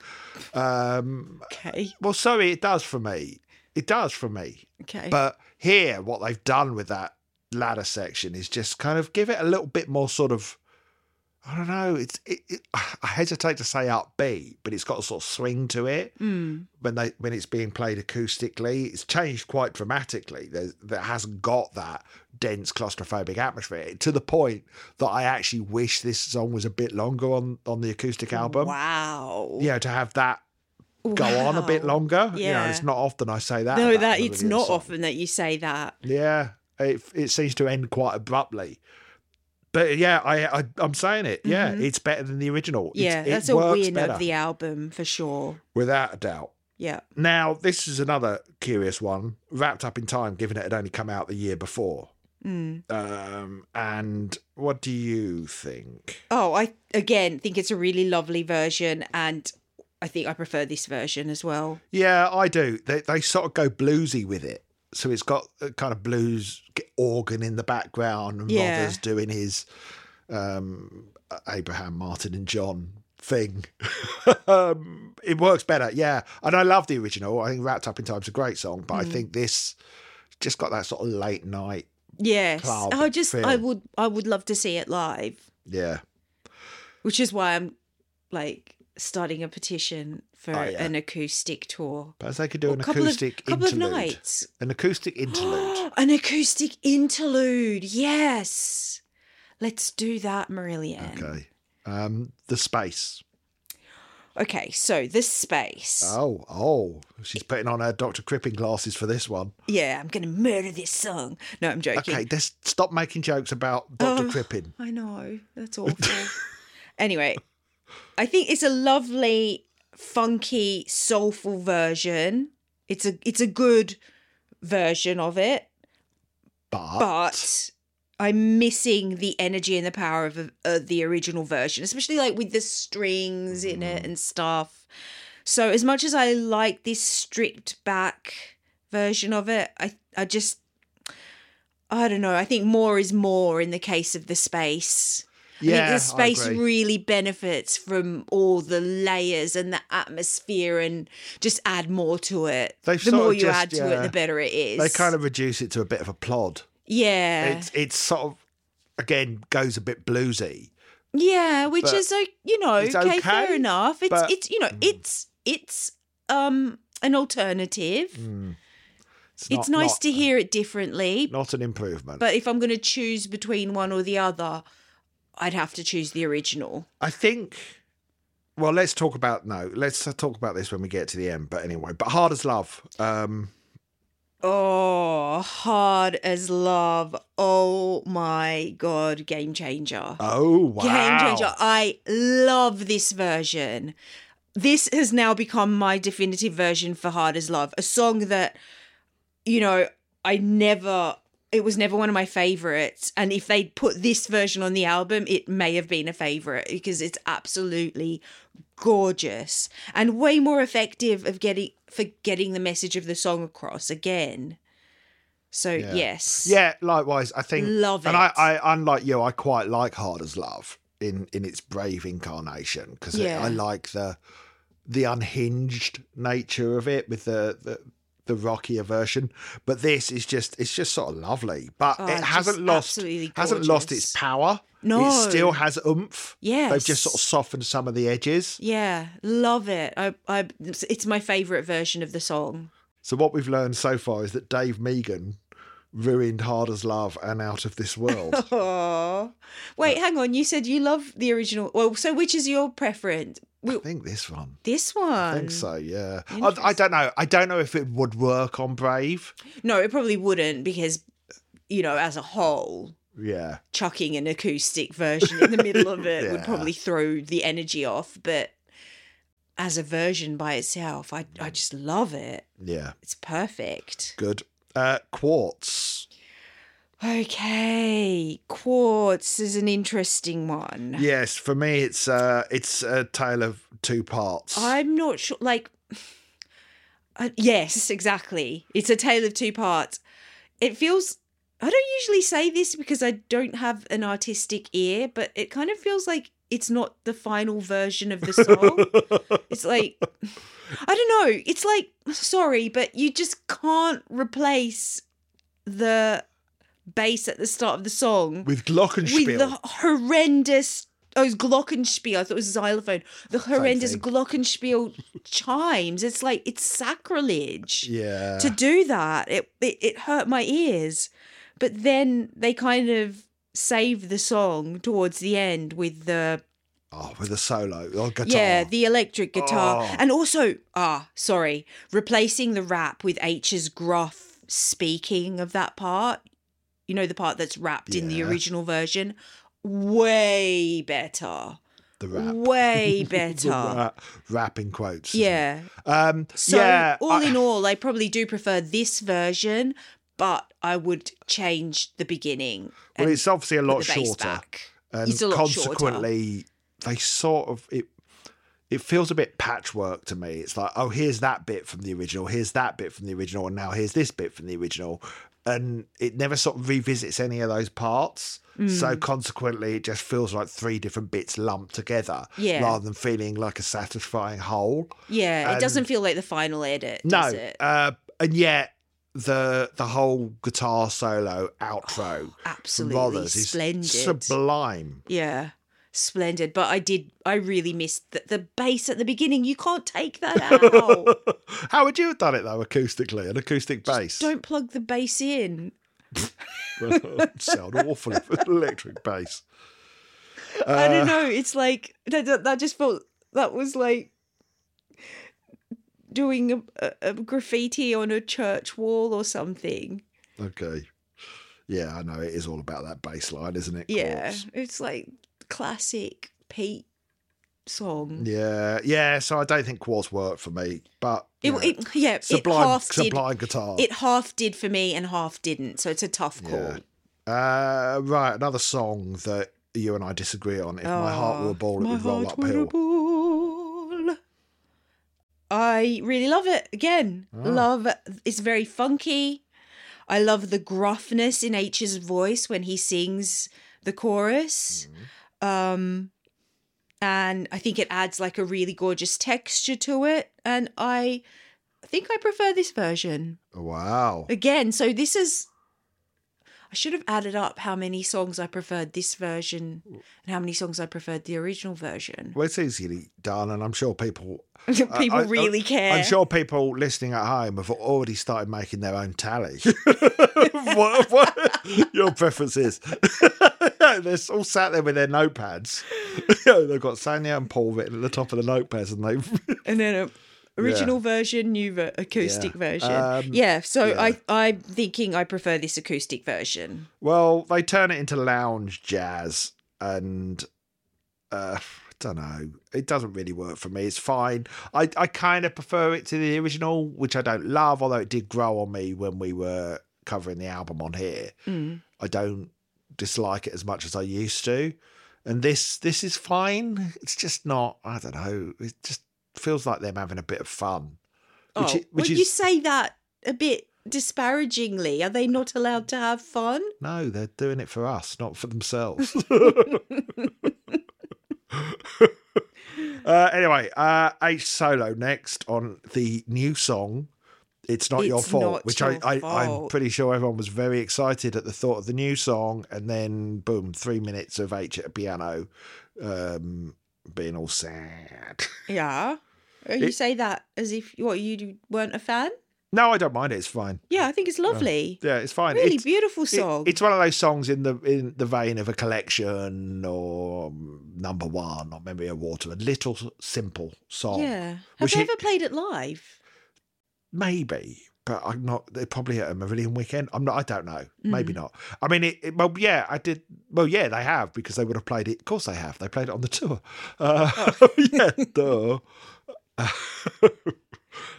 Speaker 1: Um,
Speaker 2: Okay,
Speaker 1: well, sorry, it does for me. It does for me.
Speaker 2: okay.
Speaker 1: But here, what they've done with that ladder section is just kind of give it a little bit more sort of, I don't know. It's it, it, <sighs> I hesitate to say upbeat, but it's got a sort of swing to it
Speaker 2: Mm,
Speaker 1: when they when it's being played acoustically. It's changed quite dramatically. There's, that hasn't got that dense claustrophobic atmosphere to the point that I actually wish this song was a bit longer on on the acoustic album.
Speaker 2: Wow.
Speaker 1: You know, to have that go on a bit
Speaker 2: Wow.
Speaker 1: longer. You know,
Speaker 2: Yeah.
Speaker 1: it's not often I say that.
Speaker 2: No,
Speaker 1: about
Speaker 2: that
Speaker 1: a
Speaker 2: it's
Speaker 1: Marillion
Speaker 2: not
Speaker 1: song.
Speaker 2: often that you say that.
Speaker 1: Yeah, it it seems to end quite abruptly. But yeah, I, I I'm saying it. Yeah, it's better than the original. It's-
Speaker 2: Mm-hmm. Yeah,
Speaker 1: it
Speaker 2: that's a
Speaker 1: works
Speaker 2: win
Speaker 1: better,
Speaker 2: of the album for sure.
Speaker 1: without a doubt.
Speaker 2: Yeah.
Speaker 1: Now, this is another curious one, wrapped up in time, given it had only come out the year before.
Speaker 2: Mm.
Speaker 1: Um, and what do you think?
Speaker 2: Oh, I again think it's a really lovely version, and I think I prefer this version as well.
Speaker 1: Yeah, I do. They, they sort of go bluesy with it. So it's got a kind of blues organ in the background, and
Speaker 2: Yeah.
Speaker 1: Mother's doing his um, Abraham, Martin, and John thing. <laughs> um, it works better, yeah. And I love the original. I think Wrapped Up in Time's a great song, but I
Speaker 2: Mm.
Speaker 1: think this just got that sort of late night
Speaker 2: Yes,
Speaker 1: Club
Speaker 2: I just I
Speaker 1: feel.
Speaker 2: would I would love to see it live,
Speaker 1: Yeah.
Speaker 2: which is why I'm like starting a petition for
Speaker 1: Oh, yeah.
Speaker 2: an acoustic tour.
Speaker 1: But they could do
Speaker 2: Or
Speaker 1: an
Speaker 2: couple of-
Speaker 1: acoustic
Speaker 2: couple of
Speaker 1: interlude.
Speaker 2: nights.
Speaker 1: An acoustic <gasps>
Speaker 2: <gasps>
Speaker 1: interlude.
Speaker 2: An acoustic interlude. Yes. Let's do that, Marillion.
Speaker 1: okay. Um, the space.
Speaker 2: Okay, so this space.
Speaker 1: Oh, oh. She's putting on her Dr. Crippin glasses for this one.
Speaker 2: Yeah, I'm going to murder this song. No, I'm joking.
Speaker 1: Okay, let's stop making jokes about Dr.
Speaker 2: Oh.
Speaker 1: Crippin.
Speaker 2: I know. That's awful. anyway, I think it's a lovely, funky, soulful version. It's a it's a good version of it,
Speaker 1: But,
Speaker 2: but I'm missing the energy and the power of uh, the original version, especially like with the strings in it and stuff. So as much as I like this stripped back version of it, I I just I don't know. I think more is more in the case of the space. I think
Speaker 1: yeah,
Speaker 2: the space
Speaker 1: I agree.
Speaker 2: really benefits from all the layers and the atmosphere, and just add more to it.
Speaker 1: They've
Speaker 2: the
Speaker 1: sort
Speaker 2: more
Speaker 1: of
Speaker 2: you
Speaker 1: just-
Speaker 2: add to it,
Speaker 1: yeah.
Speaker 2: the better it is.
Speaker 1: they kind of reduce it to a bit of a plod.
Speaker 2: yeah,
Speaker 1: It's it's sort of again goes a bit bluesy.
Speaker 2: yeah, which
Speaker 1: but
Speaker 2: is like you know,
Speaker 1: it's
Speaker 2: okay, fair
Speaker 1: okay,
Speaker 2: enough. It's
Speaker 1: but-
Speaker 2: it's you know, it's it's um an alternative.
Speaker 1: Mm.
Speaker 2: Hmm. it's
Speaker 1: not-
Speaker 2: nice
Speaker 1: not-
Speaker 2: to hear it differently,
Speaker 1: Not an improvement.
Speaker 2: but if I'm going to choose between one or the other, I'd have to choose the original.
Speaker 1: I think. Well, let's talk about no. Let's talk about this when we get to the end. But anyway, but hard as love. Um,
Speaker 2: Oh, hard as love. Oh my god, game changer.
Speaker 1: oh wow!
Speaker 2: Game changer. I love this version. This has now become my definitive version for Hard as Love, a song that you know, I never it was never one of my favorites and if they'd put this version on the album, it may have been a favorite because it's absolutely gorgeous and way more effective of getting for getting the message of the song across again. So,
Speaker 1: Yeah.
Speaker 2: yes.
Speaker 1: Yeah, likewise. I think
Speaker 2: Love
Speaker 1: and
Speaker 2: it.
Speaker 1: I, I, unlike you, I quite like Hard as Love in in its brave incarnation because
Speaker 2: Yeah.
Speaker 1: I like the the unhinged nature of it with the, the the rockier version. But this is just it's just sort of lovely, but
Speaker 2: Oh,
Speaker 1: it
Speaker 2: just
Speaker 1: hasn't lost
Speaker 2: absolutely
Speaker 1: hasn't lost its
Speaker 2: gorgeous.
Speaker 1: power.
Speaker 2: No.
Speaker 1: it still has oomph.
Speaker 2: Yes.
Speaker 1: they've just sort of softened some of the edges.
Speaker 2: Yeah, love it. I, I, it's my favorite version of the song.
Speaker 1: So what we've learned so far is that Dave Megan ruined Hard as Love and Out of This
Speaker 2: <laughs>
Speaker 1: World.
Speaker 2: Oh, wait, hang on. You said you love the original. Well, so which is your preference?
Speaker 1: I
Speaker 2: Well,
Speaker 1: think this one.
Speaker 2: this one.
Speaker 1: I think so, yeah. I, I don't know. I don't know if it would work on Brave.
Speaker 2: No, it probably wouldn't because, you know, as a whole,
Speaker 1: Yeah.
Speaker 2: chucking an acoustic version in the middle
Speaker 1: <laughs>
Speaker 2: of it would
Speaker 1: Yeah.
Speaker 2: probably throw the energy off. But as a version by itself, I,
Speaker 1: Mm.
Speaker 2: I just love it.
Speaker 1: Yeah.
Speaker 2: It's perfect.
Speaker 1: Good. Uh, Quartz.
Speaker 2: Okay, quartz is an interesting one.
Speaker 1: Yes, for me, it's uh, it's a tale of two parts. <laughs>
Speaker 2: I'm not sure. Like, <sighs> uh, yes, exactly. It's a tale of two parts. It feels. I don't usually say this because I don't have an artistic ear, but it kind of feels like it's not the final version of the
Speaker 1: <laughs>
Speaker 2: song. it's like I don't know. It's like sorry, but you just can't replace the bass at the start of the song
Speaker 1: With Glockenspiel.
Speaker 2: with the horrendous oh, it was glockenspiel. I thought it was xylophone. The horrendous
Speaker 1: thing.
Speaker 2: glockenspiel chimes. It's like it's sacrilege
Speaker 1: yeah.
Speaker 2: to do that. It, it it hurt my ears. But then they kind of save the song towards the end with the
Speaker 1: oh, with a solo. Or guitar.
Speaker 2: yeah the electric guitar
Speaker 1: Oh.
Speaker 2: and also ah sorry replacing the rap with H's gruff speaking of that part. You know the part that's rapped in the
Speaker 1: Yeah.
Speaker 2: original version. way better.
Speaker 1: The rap. <laughs>
Speaker 2: Way
Speaker 1: The
Speaker 2: better.
Speaker 1: ra- rap in quotes. isn't it?
Speaker 2: yeah.
Speaker 1: Um,
Speaker 2: So
Speaker 1: yeah.
Speaker 2: all
Speaker 1: I-
Speaker 2: in all, I probably do prefer this version, but I would change the
Speaker 1: well,
Speaker 2: beginning. and
Speaker 1: it's obviously a
Speaker 2: put
Speaker 1: lot
Speaker 2: the bass
Speaker 1: shorter.
Speaker 2: back.
Speaker 1: and
Speaker 2: It's a lot
Speaker 1: consequently they sort of it it feels a bit patchwork to me it's like oh here's that bit from the original here's that bit from the original and now here's this bit from the original and it never sort of revisits any of those parts
Speaker 2: Mm.
Speaker 1: so consequently it just feels like three different bits lumped together
Speaker 2: Yeah.
Speaker 1: rather than feeling like a satisfying whole
Speaker 2: Yeah,
Speaker 1: and-
Speaker 2: it doesn't feel like the final edit.
Speaker 1: no
Speaker 2: does it?
Speaker 1: uh, and yet the the whole guitar solo outro from
Speaker 2: absolutely
Speaker 1: Rothers is
Speaker 2: splendid.
Speaker 1: sublime
Speaker 2: yeah, splendid. But I did. I really missed the, the bass at the beginning. You can't take that
Speaker 1: <laughs>
Speaker 2: out.
Speaker 1: How would you have done it though, acoustically? An acoustic bass. <laughs>
Speaker 2: Don't plug the bass in.
Speaker 1: sound awful if an electric bass.
Speaker 2: <laughs>
Speaker 1: Uh,
Speaker 2: I don't know. It's like that, that, that just felt that was like doing a, a, a graffiti on a church wall or something.
Speaker 1: Okay. Yeah, I know it is all about that bass line, isn't it?
Speaker 2: Yeah,
Speaker 1: Corpse?
Speaker 2: it's like classic Pete song.
Speaker 1: Yeah, yeah. So I don't think quartz worked for me, but
Speaker 2: It,
Speaker 1: you know,
Speaker 2: it, yeah,
Speaker 1: sublime,
Speaker 2: it half did.
Speaker 1: sublime guitar.
Speaker 2: It half did for me and half didn't, so it's a tough call.
Speaker 1: Yeah. Uh, right, another song that you and I disagree on. If my heart were a
Speaker 2: Ah,
Speaker 1: ball, it
Speaker 2: My
Speaker 1: would roll
Speaker 2: heart were
Speaker 1: uphill.
Speaker 2: a ball. I really love it. Again,
Speaker 1: Ah.
Speaker 2: love it's very funky. I love the gruffness in H's voice when he sings the
Speaker 1: Mm.
Speaker 2: chorus. Um and I think it adds like a really gorgeous texture to it. And I think I prefer this version.
Speaker 1: Wow.
Speaker 2: Again, so this is I should have added up how many songs I preferred this version and how many songs I preferred the original version.
Speaker 1: Well, it's easily done, and I'm sure people
Speaker 2: <laughs> People
Speaker 1: I- I-
Speaker 2: really care.
Speaker 1: I'm sure people listening at home have already started making their own tally. what, what your preference is. <laughs> They're all sat there with their notepads. <laughs> They've got Sanya and Paul written at the top of the notepads, and they <laughs>
Speaker 2: And then a original version, new ver- acoustic
Speaker 1: Yeah.
Speaker 2: version.
Speaker 1: Um,
Speaker 2: yeah, so
Speaker 1: yeah.
Speaker 2: I I'm thinking I prefer this acoustic version.
Speaker 1: well, they turn it into lounge jazz, and uh, I don't know. It doesn't really work for me. It's fine. I I kind of prefer it to the original, which I don't love, although it did grow on me when we were covering the album on here.
Speaker 2: Mm.
Speaker 1: I don't dislike it as much as I used to. And this this is fine. It's just not. I don't know. It just feels like them having a bit of fun.
Speaker 2: Oh,
Speaker 1: Which i- which
Speaker 2: well, you
Speaker 1: is-
Speaker 2: say that a bit disparagingly. Are they not allowed to
Speaker 1: <laughs>
Speaker 2: have fun?
Speaker 1: No, they're doing it for us, not for themselves. <laughs> uh, anyway, uh, H solo next on the new song. It's not your
Speaker 2: It's
Speaker 1: fault,
Speaker 2: Not
Speaker 1: which
Speaker 2: Your
Speaker 1: I, I I'm
Speaker 2: Fault.
Speaker 1: pretty sure everyone was very excited at the thought of the new song, and then boom, three minutes of H at a piano, um, being all sad.
Speaker 2: Yeah. Uh, You
Speaker 1: It-
Speaker 2: say that as if what you weren't a fan.
Speaker 1: No, I don't mind it. It's fine.
Speaker 2: Yeah, I think it's lovely.
Speaker 1: Yeah, it's fine.
Speaker 2: really
Speaker 1: it's,
Speaker 2: beautiful
Speaker 1: it-
Speaker 2: song.
Speaker 1: it's one of those songs in the in the vein of a collection or um, number one or Memory of Water. A little s- simple song,
Speaker 2: yeah. Have
Speaker 1: which
Speaker 2: they
Speaker 1: it-
Speaker 2: ever played it live?
Speaker 1: maybe. But I'm not. They're probably at a Meridian weekend. I'm not. I don't know.
Speaker 2: Mm.
Speaker 1: Maybe not. I mean, it, it- Well, yeah, I did. Well, yeah, they have because they would have played it. Of course, they have. They played it on the tour. Uh,
Speaker 2: Oh.
Speaker 1: <laughs> yeah, duh. <laughs>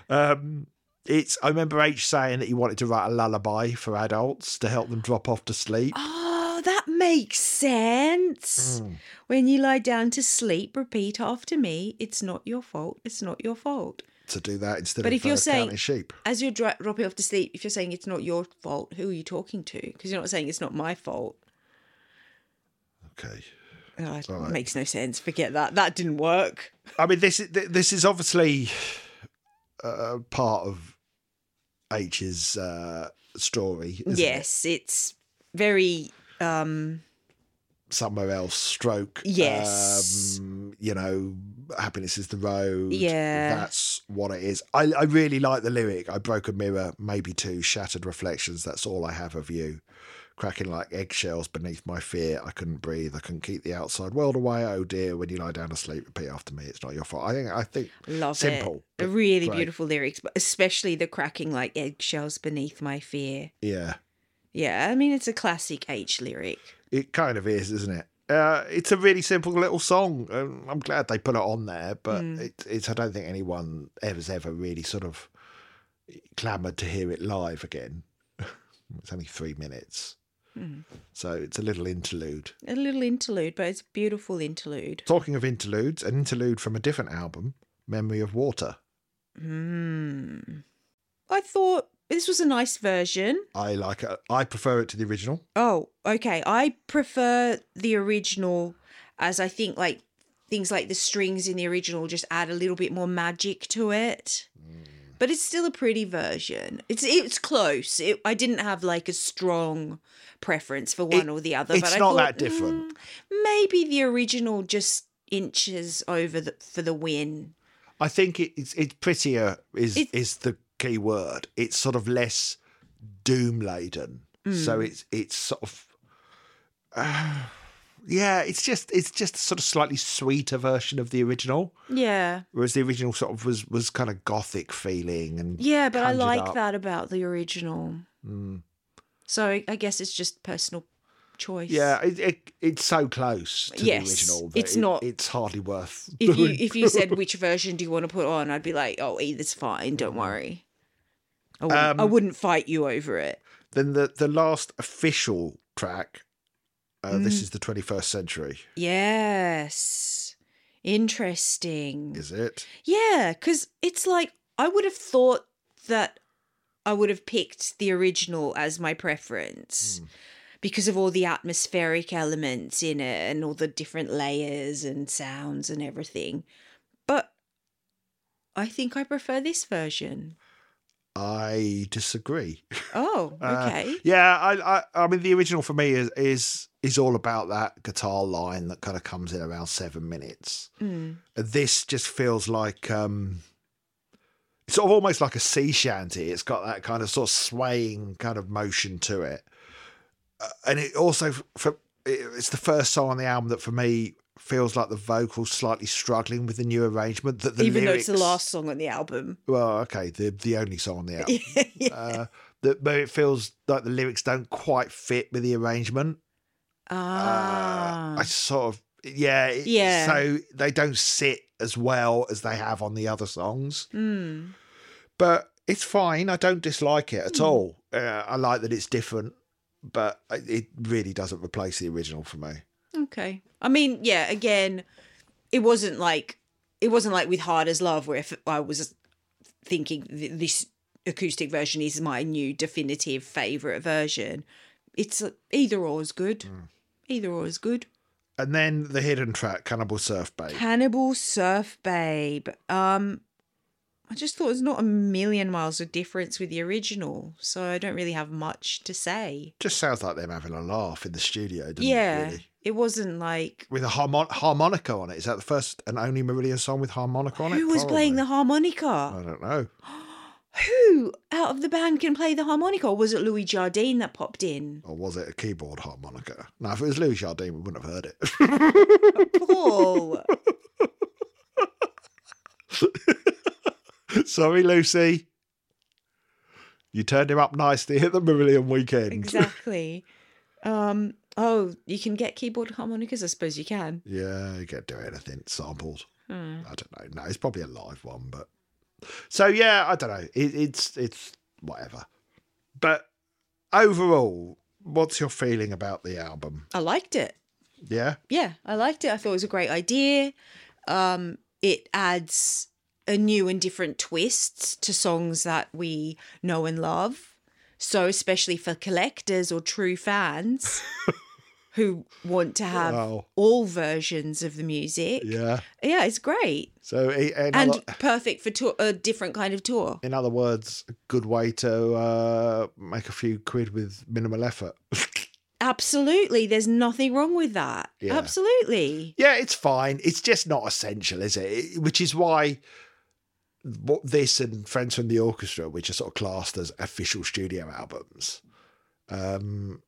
Speaker 1: um, it's. I remember H saying that he wanted to write a lullaby for adults to help them drop off to sleep.
Speaker 2: Oh, that makes sense.
Speaker 1: Mm.
Speaker 2: When you lie down to sleep, repeat after me. It's not your fault. It's not your fault.
Speaker 1: to do that instead
Speaker 2: But
Speaker 1: of
Speaker 2: if you're
Speaker 1: uh,
Speaker 2: saying-
Speaker 1: counting sheep.
Speaker 2: As you're dri- dropping off to sleep, if you're saying it's not your fault, who are you talking to? Because you're not saying it's not my fault.
Speaker 1: Okay.
Speaker 2: Oh, it
Speaker 1: All right.
Speaker 2: Makes no sense. Forget that. That didn't work.
Speaker 1: I mean, this is th- this is obviously uh, part of H's uh, story. isn't it?
Speaker 2: yes, it's very. um
Speaker 1: Somewhere else, stroke.
Speaker 2: Yes.
Speaker 1: Um, you know, happiness is the road.
Speaker 2: Yeah.
Speaker 1: That's what it is. I, I really like the lyric. I broke a mirror, maybe two shattered reflections. That's all I have of you. Cracking like eggshells beneath my fear. I couldn't breathe. I couldn't keep the outside world away. Oh dear. When you lie down to sleep, repeat after me. It's not your fault. I think. I think
Speaker 2: Love
Speaker 1: Simple,
Speaker 2: it.
Speaker 1: but
Speaker 2: Really
Speaker 1: great.
Speaker 2: beautiful lyrics, but especially the cracking like eggshells beneath my fear.
Speaker 1: Yeah,
Speaker 2: Yeah, I mean it's a classic H lyric.
Speaker 1: it kind of is, isn't it? Uh, it's a really simple little song. Um, I'm glad they put it on there, but
Speaker 2: Mm.
Speaker 1: it, it's I don't think anyone ever's ever really sort of clamoured to hear it live again. <laughs> it's only three minutes,
Speaker 2: Mm-hmm.
Speaker 1: so it's a little interlude.
Speaker 2: A little interlude, but it's a beautiful interlude.
Speaker 1: Talking of interludes, an interlude from a different album, "Memory of Water."
Speaker 2: Hmm. I thought this was a nice version.
Speaker 1: I like it. I prefer it to the original.
Speaker 2: Oh, okay. I prefer the original as I think like things like the strings in the original just add a little bit more magic to it.
Speaker 1: Hmm.
Speaker 2: But it's still a pretty version. It's it's close. It, I didn't have like a strong preference for one
Speaker 1: It-
Speaker 2: or the other.
Speaker 1: it's
Speaker 2: but I
Speaker 1: not
Speaker 2: thought,
Speaker 1: that different.
Speaker 2: "Mm, maybe the original just inches over the, for the win.
Speaker 1: I think it- it's it's prettier is
Speaker 2: It-
Speaker 1: is the key word. It's sort of less doom laden.
Speaker 2: Mm.
Speaker 1: So it's it's sort of <sighs> uh, yeah, it's just it's just a sort of slightly sweeter version of the original.
Speaker 2: Yeah.
Speaker 1: Whereas the original sort of was was kind of gothic feeling and
Speaker 2: Yeah, but I
Speaker 1: conjured
Speaker 2: like
Speaker 1: up.
Speaker 2: that about the original.
Speaker 1: mm.
Speaker 2: So I, I guess it's just personal choice.
Speaker 1: Yeah, it, it it's so close to
Speaker 2: Yes,
Speaker 1: the original that
Speaker 2: it's
Speaker 1: it-
Speaker 2: not-
Speaker 1: it's hardly worth
Speaker 2: If
Speaker 1: <laughs>
Speaker 2: you
Speaker 1: doing.
Speaker 2: if you said which version do you want to put on, I'd be like, oh, either's fine. Don't worry. I wouldn't, I
Speaker 1: Um,
Speaker 2: wouldn't fight you over it.
Speaker 1: then the the last official track uh,
Speaker 2: Mm.
Speaker 1: this is the 21st century,
Speaker 2: Yes. Interesting.
Speaker 1: is it?
Speaker 2: Yeah, because it's like I would have thought that I would have picked the original as my
Speaker 1: Hmm.
Speaker 2: preference because of all the atmospheric elements in it and all the different layers and sounds and everything. But I think I prefer this version.
Speaker 1: I disagree.
Speaker 2: Oh,
Speaker 1: Uh,
Speaker 2: okay.
Speaker 1: Yeah, I, I, I mean, the original for me is is is all about that guitar line that kind of comes in around seven minutes.
Speaker 2: Mm.
Speaker 1: This just feels like um, it's sort of almost like a sea shanty. It's got that kind of sort of swaying kind of motion to it, Uh, and it also f- for it- it's the first song on the album that for me feels like the vocals slightly struggling with the new arrangement. That the
Speaker 2: Even
Speaker 1: lyrics,
Speaker 2: though it's the last song on the album.
Speaker 1: Well, okay, the the only song on the album
Speaker 2: Yeah.
Speaker 1: uh, that but it feels like the lyrics don't quite fit with the arrangement. Uh,
Speaker 2: <laughs> ah.
Speaker 1: I sort of yeah it-
Speaker 2: Yeah.
Speaker 1: So they don't sit as well as they have on the other songs,
Speaker 2: Mm.
Speaker 1: but it's fine. I don't dislike it at
Speaker 2: Hmm.
Speaker 1: all. Uh, I like that it's different, but it- it really doesn't replace the original for me.
Speaker 2: Okay. I mean, yeah, again, it wasn't like it wasn't like with Hard as Love where if I was thinking th- this acoustic version is my new definitive favorite version. It's uh, either or is good.
Speaker 1: Hmm.
Speaker 2: Either or is good.
Speaker 1: And then the hidden track, Cannibal Surf Babe.
Speaker 2: Cannibal Surf Babe. Um I just thought it's not a million miles of difference with the original, so I don't really have much to say.
Speaker 1: Just sounds like them having a laugh in the studio, doesn't
Speaker 2: yeah.
Speaker 1: it? Really?
Speaker 2: It wasn't like
Speaker 1: With a harmon- harmonica on it. Is that the first and only Meridian song with harmonica on it?
Speaker 2: who was
Speaker 1: Probably.
Speaker 2: playing the harmonica?
Speaker 1: I don't know.
Speaker 2: <gasps> who out of the band can play the harmonica? Or was it Louis Jardine that popped
Speaker 1: <laughs>
Speaker 2: in?
Speaker 1: Or was it a keyboard harmonica? Now, if it was Louis Jardine, we wouldn't have heard it.
Speaker 2: Paul.
Speaker 1: Sorry, Lucy. You turned him up nicely at the Marillion weekend.
Speaker 2: exactly. Um, oh, you can get keyboard harmonicas? I suppose you can.
Speaker 1: Yeah, you can't do anything sampled.
Speaker 2: Hmm.
Speaker 1: I don't know. No, it's probably a live one, but so yeah, I don't know. It, it's it's whatever. But overall, what's your feeling about the album?
Speaker 2: I liked it.
Speaker 1: Yeah,
Speaker 2: Yeah, I liked it. I thought it was a great idea. Um, it adds a new and different twist to songs that we know and love. So, especially for collectors or true fans who want to have
Speaker 1: Wow.
Speaker 2: all versions of the music.
Speaker 1: yeah.
Speaker 2: Yeah, it's great
Speaker 1: So i- in, <sighs>
Speaker 2: and
Speaker 1: other,
Speaker 2: perfect for tour, a different kind of tour.
Speaker 1: in other words, a good way to uh, make a few quid with minimal effort. <laughs>
Speaker 2: Absolutely, there's nothing wrong with that.
Speaker 1: Yeah.
Speaker 2: Absolutely.
Speaker 1: Yeah, it's fine. It's just not essential, is it? It- Which is why what this and Friends from the Orchestra, which are sort of classed as official studio albums, um,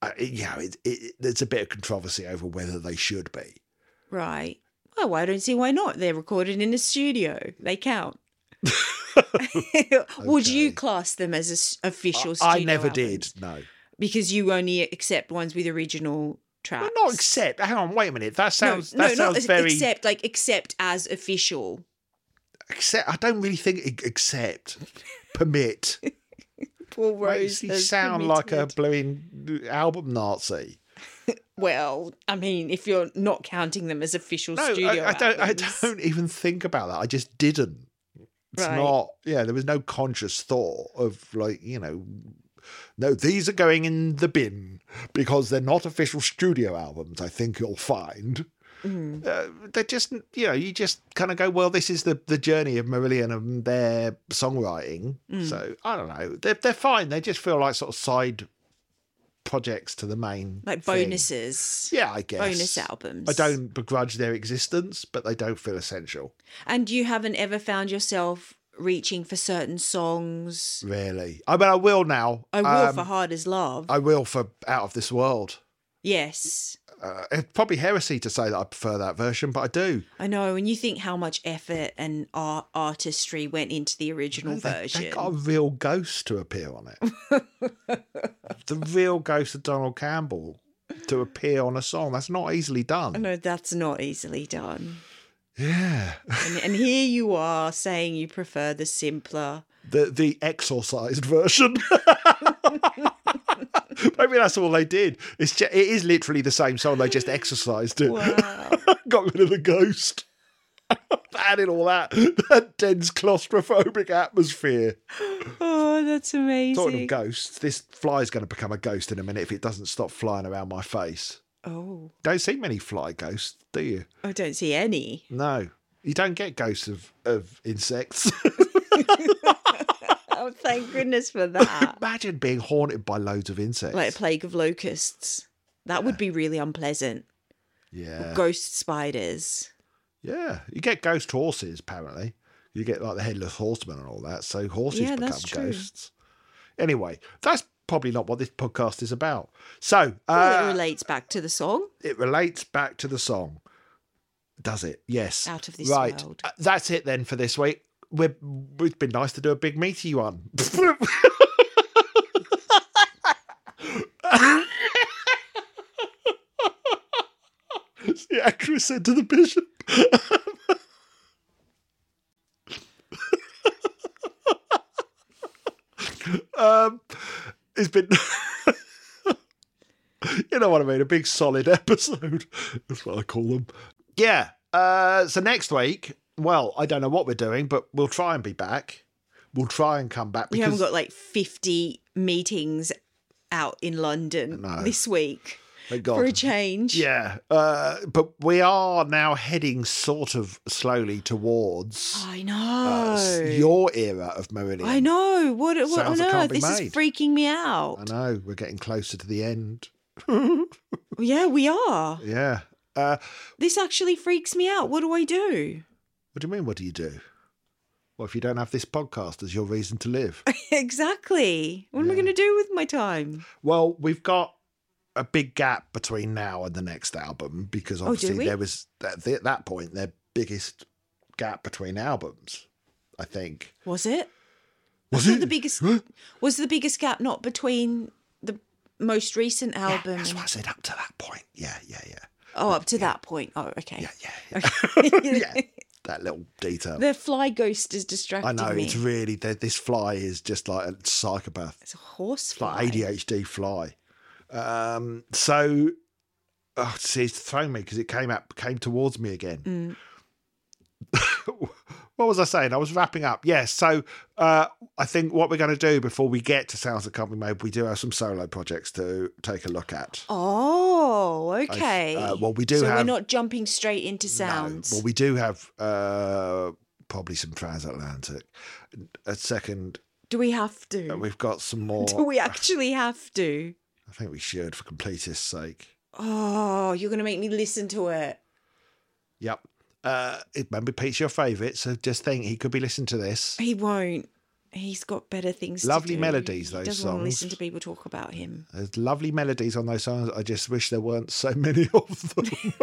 Speaker 1: I, it- you know, it, it, there's a bit of controversy over whether they should be.
Speaker 2: Right. Well, I don't see why not. They're recorded in a studio. They count. <laughs> Would you
Speaker 1: Okay.
Speaker 2: class them as a s- official
Speaker 1: I, I
Speaker 2: studio
Speaker 1: never
Speaker 2: albums?
Speaker 1: did. No,
Speaker 2: because you only accept ones with original tracks.
Speaker 1: Well, not except. Hang on, wait a minute. That
Speaker 2: No,
Speaker 1: sounds.
Speaker 2: no,
Speaker 1: that
Speaker 2: not
Speaker 1: sounds
Speaker 2: as-
Speaker 1: very. Except.
Speaker 2: except like except as official.
Speaker 1: I don't really think e- except. Permit
Speaker 2: Poor Rose.
Speaker 1: makes you
Speaker 2: has
Speaker 1: sound like a
Speaker 2: committed.
Speaker 1: blowing album Nazi.
Speaker 2: well. I mean, if you're not counting them as official
Speaker 1: No,
Speaker 2: studio,
Speaker 1: I, I don't.
Speaker 2: albums.
Speaker 1: I don't even think about that. I just didn't. It's
Speaker 2: Right.
Speaker 1: not. Yeah, there was no conscious thought of like you know. No, these are going in the bin because they're not official studio albums. I think you'll find
Speaker 2: Mm.
Speaker 1: uh, they're just you know you just kind of go well. This is the the journey of Marillion and their songwriting.
Speaker 2: Mm.
Speaker 1: So I don't know. They're they're fine. They just feel like sort of side projects to the main
Speaker 2: like
Speaker 1: thing.
Speaker 2: bonuses,
Speaker 1: Yeah, I guess
Speaker 2: bonus albums.
Speaker 1: I don't begrudge their existence, but they don't feel essential,
Speaker 2: And you haven't ever found yourself reaching for certain songs.
Speaker 1: really. I mean, I will now.
Speaker 2: I will
Speaker 1: Um,
Speaker 2: for Hard as Love.
Speaker 1: I will for Out of This World.
Speaker 2: yes,
Speaker 1: Uh, it's probably heresy to say that I prefer that version, but I do.
Speaker 2: I know. When you think how much effort and art- artistry went into the original
Speaker 1: They-
Speaker 2: version,
Speaker 1: They got a real ghost to appear on it.
Speaker 2: <laughs>
Speaker 1: the real ghost of Donald Campbell to appear on a song. That's not easily
Speaker 2: I
Speaker 1: done.
Speaker 2: know that's not easily done.
Speaker 1: Yeah.
Speaker 2: And, and here you are saying you prefer the simpler.
Speaker 1: The the exorcised version. <laughs> Maybe that's all they did. It's just, it is literally the same song. They just exorcised it.
Speaker 2: Wow.
Speaker 1: got rid of the ghost. <laughs> Added all that, that dense claustrophobic atmosphere.
Speaker 2: <laughs> oh, that's
Speaker 1: Talking
Speaker 2: amazing.
Speaker 1: of ghosts, this fly's going to become a ghost in a minute if it doesn't stop flying around my face.
Speaker 2: Oh,
Speaker 1: Don't see many fly ghosts, do you?
Speaker 2: I don't see any.
Speaker 1: No. You don't get ghosts of, of insects. <laughs>
Speaker 2: Oh, thank
Speaker 1: <laughs>
Speaker 2: goodness for that.
Speaker 1: Imagine being haunted by loads of insects.
Speaker 2: like a plague of locusts. That would be really unpleasant.
Speaker 1: yeah.
Speaker 2: Ghost spiders.
Speaker 1: yeah. You get ghost horses, apparently. You get like the headless horseman and all that. So horses
Speaker 2: Yeah,
Speaker 1: become
Speaker 2: that's true.
Speaker 1: ghosts. Anyway, that's probably not what this podcast is about. So,
Speaker 2: Well,
Speaker 1: uh,
Speaker 2: it relates back to the song.
Speaker 1: it relates back to the song. Does it? Yes.
Speaker 2: Out of this
Speaker 1: right.
Speaker 2: world.
Speaker 1: Uh, That's it then for this week. We're, it's been nice to do a big meaty one. It's the actress said to the bishop. <laughs> um, it's been. <laughs> you know what I mean? A big solid episode. <laughs> That's what I call them. Yeah. Uh, so next week, well, I don't know what we're doing, but we'll try and be back. We'll try and come back
Speaker 2: You haven't
Speaker 1: because
Speaker 2: got like 50 meetings out in London
Speaker 1: No.
Speaker 2: this week
Speaker 1: thank God.
Speaker 2: for a change.
Speaker 1: yeah, uh, but we are now heading sort of slowly towards
Speaker 2: I
Speaker 1: uh,
Speaker 2: know.
Speaker 1: s- your era of Meridian.
Speaker 2: I know. What, what
Speaker 1: Sounds
Speaker 2: on
Speaker 1: that can't
Speaker 2: earth?
Speaker 1: be
Speaker 2: This
Speaker 1: made.
Speaker 2: is freaking me
Speaker 1: I
Speaker 2: out.
Speaker 1: know we're getting closer to the end.
Speaker 2: Yeah, we are.
Speaker 1: Yeah. Uh,
Speaker 2: This actually freaks me out. What do I do?
Speaker 1: <laughs> what do you mean? What do you do? Well, if you don't have this podcast as your reason to live,
Speaker 2: exactly. What am I
Speaker 1: Yeah.
Speaker 2: going to do with my time?
Speaker 1: well, we've got a big gap between now and the next album because
Speaker 2: do
Speaker 1: obviously
Speaker 2: we?
Speaker 1: there was at th- that point their biggest gap between albums. I think
Speaker 2: Was it?
Speaker 1: was
Speaker 2: That's not the biggest. Was the biggest gap not between the most recent
Speaker 1: Yeah,
Speaker 2: album?
Speaker 1: that's
Speaker 2: and-
Speaker 1: what I said up to that point. Yeah, yeah, yeah,
Speaker 2: oh, up to that point. Oh, okay.
Speaker 1: yeah, yeah.
Speaker 2: <laughs>
Speaker 1: yeah. <laughs> Yeah. That little detail.
Speaker 2: The fly ghost is
Speaker 1: I
Speaker 2: distracting
Speaker 1: know
Speaker 2: me.
Speaker 1: it's really that this fly is just like a psychopath.
Speaker 2: It's a horse
Speaker 1: It's like
Speaker 2: fly.
Speaker 1: ADHD fly. Um, so, oh, see, it's thrown me because it came up, came towards me again.
Speaker 2: Mm.
Speaker 1: <laughs> what was I saying? I was wrapping up. Yes. so, uh, I think what we're going to do before we get to Sounds That Can't Be Made, we do have some solo projects to take a look at.
Speaker 2: Oh,
Speaker 1: I-
Speaker 2: okay.
Speaker 1: uh, well, we do
Speaker 2: so
Speaker 1: have.
Speaker 2: we're not jumping straight into sounds.
Speaker 1: No. Well, we do have uh, probably some transatlantic. A second,
Speaker 2: do we have to?
Speaker 1: uh, we've got some more.
Speaker 2: <laughs> do we actually have to?
Speaker 1: I think we should, for completist's sake.
Speaker 2: Oh, you're going to make me listen to it.
Speaker 1: Yep. Uh, it- remember, Pete's your favourite, so just think he could be listening to this.
Speaker 2: He won't. He's got better things.
Speaker 1: Lovely
Speaker 2: to do.
Speaker 1: melodies,
Speaker 2: He
Speaker 1: those
Speaker 2: doesn't want
Speaker 1: songs.
Speaker 2: to listen to people talk about him.
Speaker 1: There's lovely melodies on those songs. I just wish there weren't so many of
Speaker 2: <laughs>
Speaker 1: them.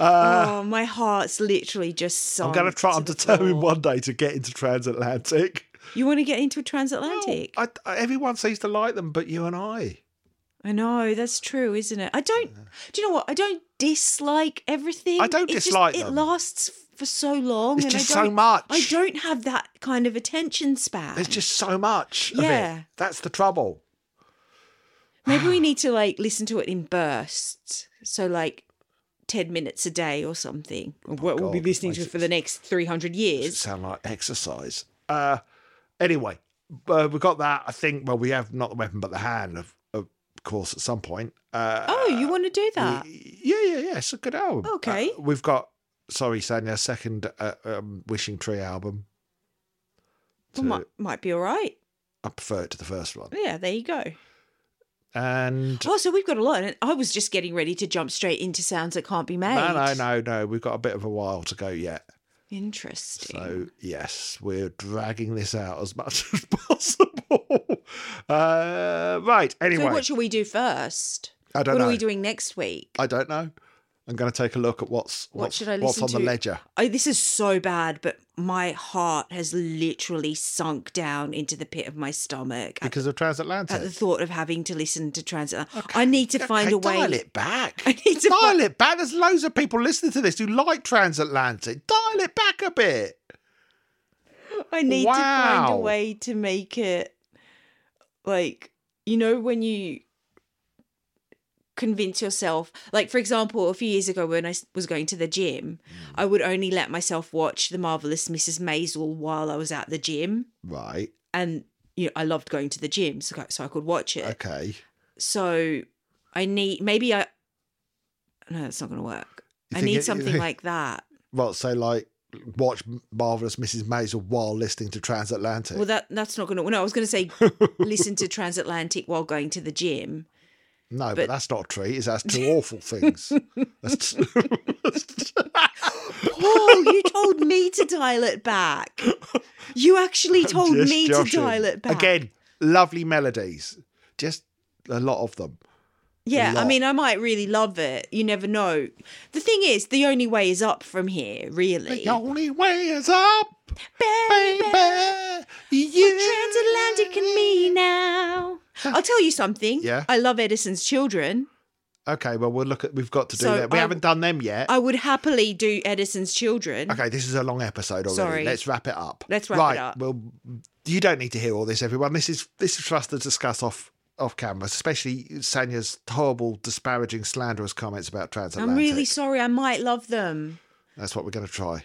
Speaker 2: oh, my heart's literally just. Sunk
Speaker 1: Uh, I'm going to try. I'm
Speaker 2: the
Speaker 1: determined
Speaker 2: floor.
Speaker 1: one day to get into transatlantic.
Speaker 2: You want to get into a
Speaker 1: Well,
Speaker 2: transatlantic?
Speaker 1: I, I- everyone seems to like them, but you and I.
Speaker 2: I know that's true, isn't it? I don't. Do you know what? I don't dislike everything.
Speaker 1: I don't
Speaker 2: It's just-
Speaker 1: dislike
Speaker 2: It
Speaker 1: them.
Speaker 2: lasts f- for so long.
Speaker 1: It's
Speaker 2: and
Speaker 1: just
Speaker 2: I
Speaker 1: so
Speaker 2: don't-
Speaker 1: much.
Speaker 2: I don't have that kind of attention span.
Speaker 1: There's just so much. Of
Speaker 2: Yeah.
Speaker 1: it. That's the trouble. <sighs>
Speaker 2: Maybe we need to like listen to it in bursts. So like. 10 minutes a day or something. Or what we'll be
Speaker 1: Oh God,
Speaker 2: listening to
Speaker 1: makes
Speaker 2: for the next 300
Speaker 1: Does it
Speaker 2: years.
Speaker 1: sound like exercise? Uh, anyway, uh, we got that. I think. Well, we have not the weapon, but the hand, of, of course, at some point. Uh,
Speaker 2: Oh, you want to do that?
Speaker 1: we- yeah, yeah, yeah. It's a good album. Uh,
Speaker 2: Okay.
Speaker 1: we've got. Sorry, Sanya. Second uh, um, Wishing Tree album.
Speaker 2: Well, might, might be all right.
Speaker 1: I prefer it to the first one.
Speaker 2: Yeah, there you go.
Speaker 1: And
Speaker 2: Oh, so we've got a lot. And I was just getting ready to jump straight into sounds that can't be made.
Speaker 1: no, no, no, no. We've got a bit of a while to go yet.
Speaker 2: Interesting.
Speaker 1: So yes, we're dragging this out as much <laughs> as possible. Uh, right. Anyway,
Speaker 2: So what should we do first?
Speaker 1: I don't
Speaker 2: what
Speaker 1: know.
Speaker 2: are we doing next week?
Speaker 1: I don't know. I'm going to take a look at what's
Speaker 2: What
Speaker 1: what's,
Speaker 2: should I
Speaker 1: what's
Speaker 2: listen
Speaker 1: on the
Speaker 2: to?
Speaker 1: ledger.
Speaker 2: Oh, this is so bad, but my heart has literally sunk down into the pit of my stomach at,
Speaker 1: Because of transatlantic,
Speaker 2: at the thought of having to listen to Transit. I need to
Speaker 1: Okay,
Speaker 2: find a way.
Speaker 1: Dial it back.
Speaker 2: <laughs> I need
Speaker 1: <laughs>
Speaker 2: to
Speaker 1: dial
Speaker 2: find-
Speaker 1: it back. There's loads of people listening to this who like transatlantic. Dial it back a bit.
Speaker 2: I need to find
Speaker 1: Wow.
Speaker 2: a way to make it like you know when you convince yourself like for example a few years ago when I s- was going to the gym
Speaker 1: Hmm.
Speaker 2: I would only let myself watch the marvelous Mrs Maisel while I was at the gym
Speaker 1: Right.
Speaker 2: and you know I loved going to the gym so I- so I could watch it
Speaker 1: Okay.
Speaker 2: so I need maybe I no that's not going to work
Speaker 1: You
Speaker 2: I
Speaker 1: think
Speaker 2: need
Speaker 1: it-
Speaker 2: something like
Speaker 1: <laughs>
Speaker 2: that
Speaker 1: Well, so like watch marvelous Mrs. Maisel while listening to transatlantic.
Speaker 2: well that that's not going to no I was going to
Speaker 1: <laughs>
Speaker 2: say listen to transatlantic while going to the gym
Speaker 1: no, but,
Speaker 2: but-
Speaker 1: that's not a treat. Is that's <laughs> two awful things. <laughs> That's
Speaker 2: Paul, you told me to dial it back. You
Speaker 1: <laughs>
Speaker 2: actually told
Speaker 1: Just
Speaker 2: me to
Speaker 1: joshing.
Speaker 2: dial it back.
Speaker 1: again. Lovely melodies, just a lot of them.
Speaker 2: Yeah, I
Speaker 1: lot.
Speaker 2: mean, I might really love it. You never know. The thing is, the only way is up from here, really.
Speaker 1: The only way is up,
Speaker 2: Baby,
Speaker 1: baby. Yeah.
Speaker 2: transatlantic and me now. I'll tell you something.
Speaker 1: Yeah.
Speaker 2: I love Edison's children.
Speaker 1: Okay, well we'll look at. We've got to do
Speaker 2: So
Speaker 1: that. We
Speaker 2: I-
Speaker 1: haven't done them yet.
Speaker 2: I would happily do Edison's children.
Speaker 1: okay, this is a long episode already.
Speaker 2: Sorry.
Speaker 1: Let's wrap it up.
Speaker 2: Let's wrap it
Speaker 1: right,
Speaker 2: up.
Speaker 1: Well, you don't need to hear all this, everyone. This is this is for us to discuss off off camera, especially Sanya's horrible, disparaging, slanderous comments about transatlantic.
Speaker 2: I'm really sorry. I might love them.
Speaker 1: That's what we're going to try.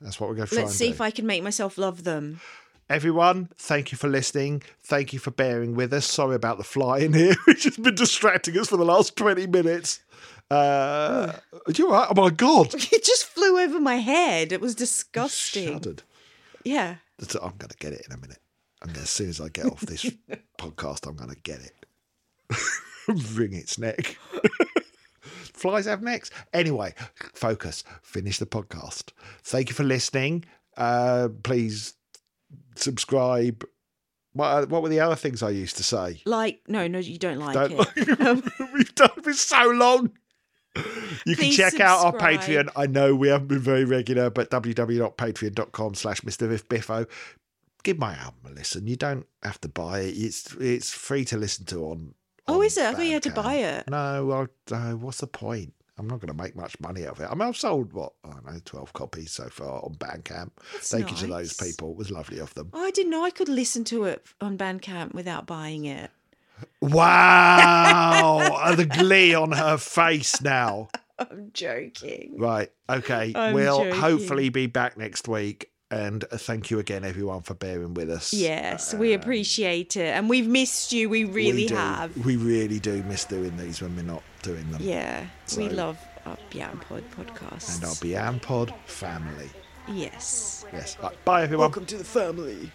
Speaker 1: That's what we're going to try.
Speaker 2: Let's
Speaker 1: and
Speaker 2: see
Speaker 1: do.
Speaker 2: if I can make myself love them. <laughs>
Speaker 1: Everyone, thank you for listening. Thank you for bearing with us. Sorry about the flying here, <laughs> which has been distracting us for the last 20 minutes. Uh, are you all right? Oh my God.
Speaker 2: It just flew over my head. It was disgusting.
Speaker 1: Shuddered.
Speaker 2: Yeah.
Speaker 1: That's- I'm going to get it in a minute. I'm gonna, as soon as I get off this podcast, I'm going to get it. <laughs> Wring its neck. <laughs> Flies have necks. Anyway, focus. Finish the podcast. Thank you for listening. Uh, please subscribe. What, what were the other things I used to say?
Speaker 2: Like, no, no, you don't like
Speaker 1: Don't
Speaker 2: it.
Speaker 1: <laughs> We've done it for so long. You can
Speaker 2: Please
Speaker 1: check out our
Speaker 2: subscribe.
Speaker 1: Patreon. I know we haven't been very regular, but www.patreon.com slash Mr. Biff Biffo. Give my album a listen. You don't have to buy it. It's it's free to listen to on.
Speaker 2: Oh,
Speaker 1: on
Speaker 2: is it? I thought you had to
Speaker 1: Bandcamp.
Speaker 2: buy it.
Speaker 1: No, I, no, what's the point? I'm not going to make much money out of it. I mean, I've sold, what, I don't know, 12 copies so far on Bandcamp.
Speaker 2: That's
Speaker 1: Thank you to those
Speaker 2: nice.
Speaker 1: people. It was lovely of them.
Speaker 2: Oh, I didn't know I could listen to it on Bandcamp without buying it. <laughs>
Speaker 1: Wow! <laughs> Uh, the glee on her face now.
Speaker 2: I'm joking.
Speaker 1: Right. Okay.
Speaker 2: I'm
Speaker 1: we'll
Speaker 2: joking.
Speaker 1: hopefully be back next week. And uh, thank you again, everyone, for bearing with us.
Speaker 2: Yes, we
Speaker 1: Um,
Speaker 2: appreciate it. And we've missed you. We
Speaker 1: we
Speaker 2: really
Speaker 1: do-
Speaker 2: have.
Speaker 1: We really do miss doing these when we're not doing them.
Speaker 2: Yeah. we
Speaker 1: So-
Speaker 2: love our Beyond Pod podcasts.
Speaker 1: And our Beyond Pod family.
Speaker 2: yes.
Speaker 1: Yes. Right, Bye, everyone.
Speaker 3: to the family.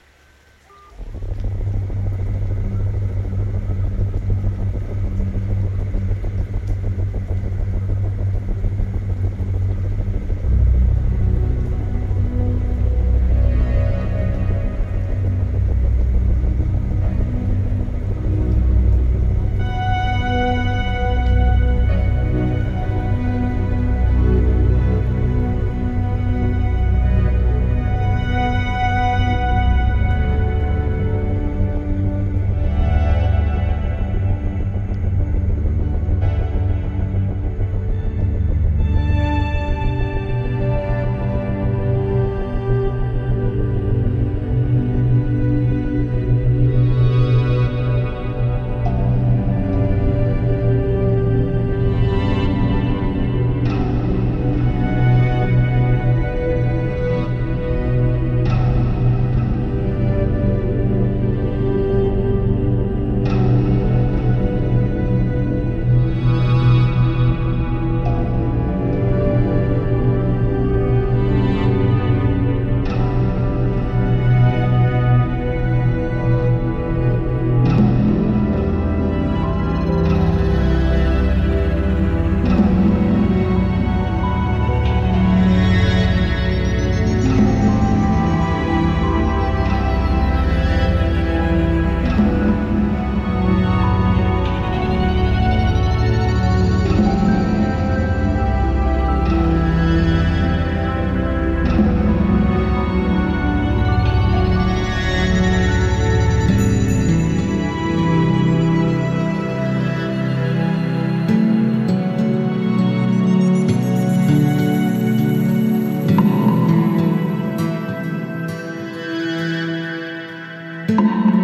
Speaker 1: Bye.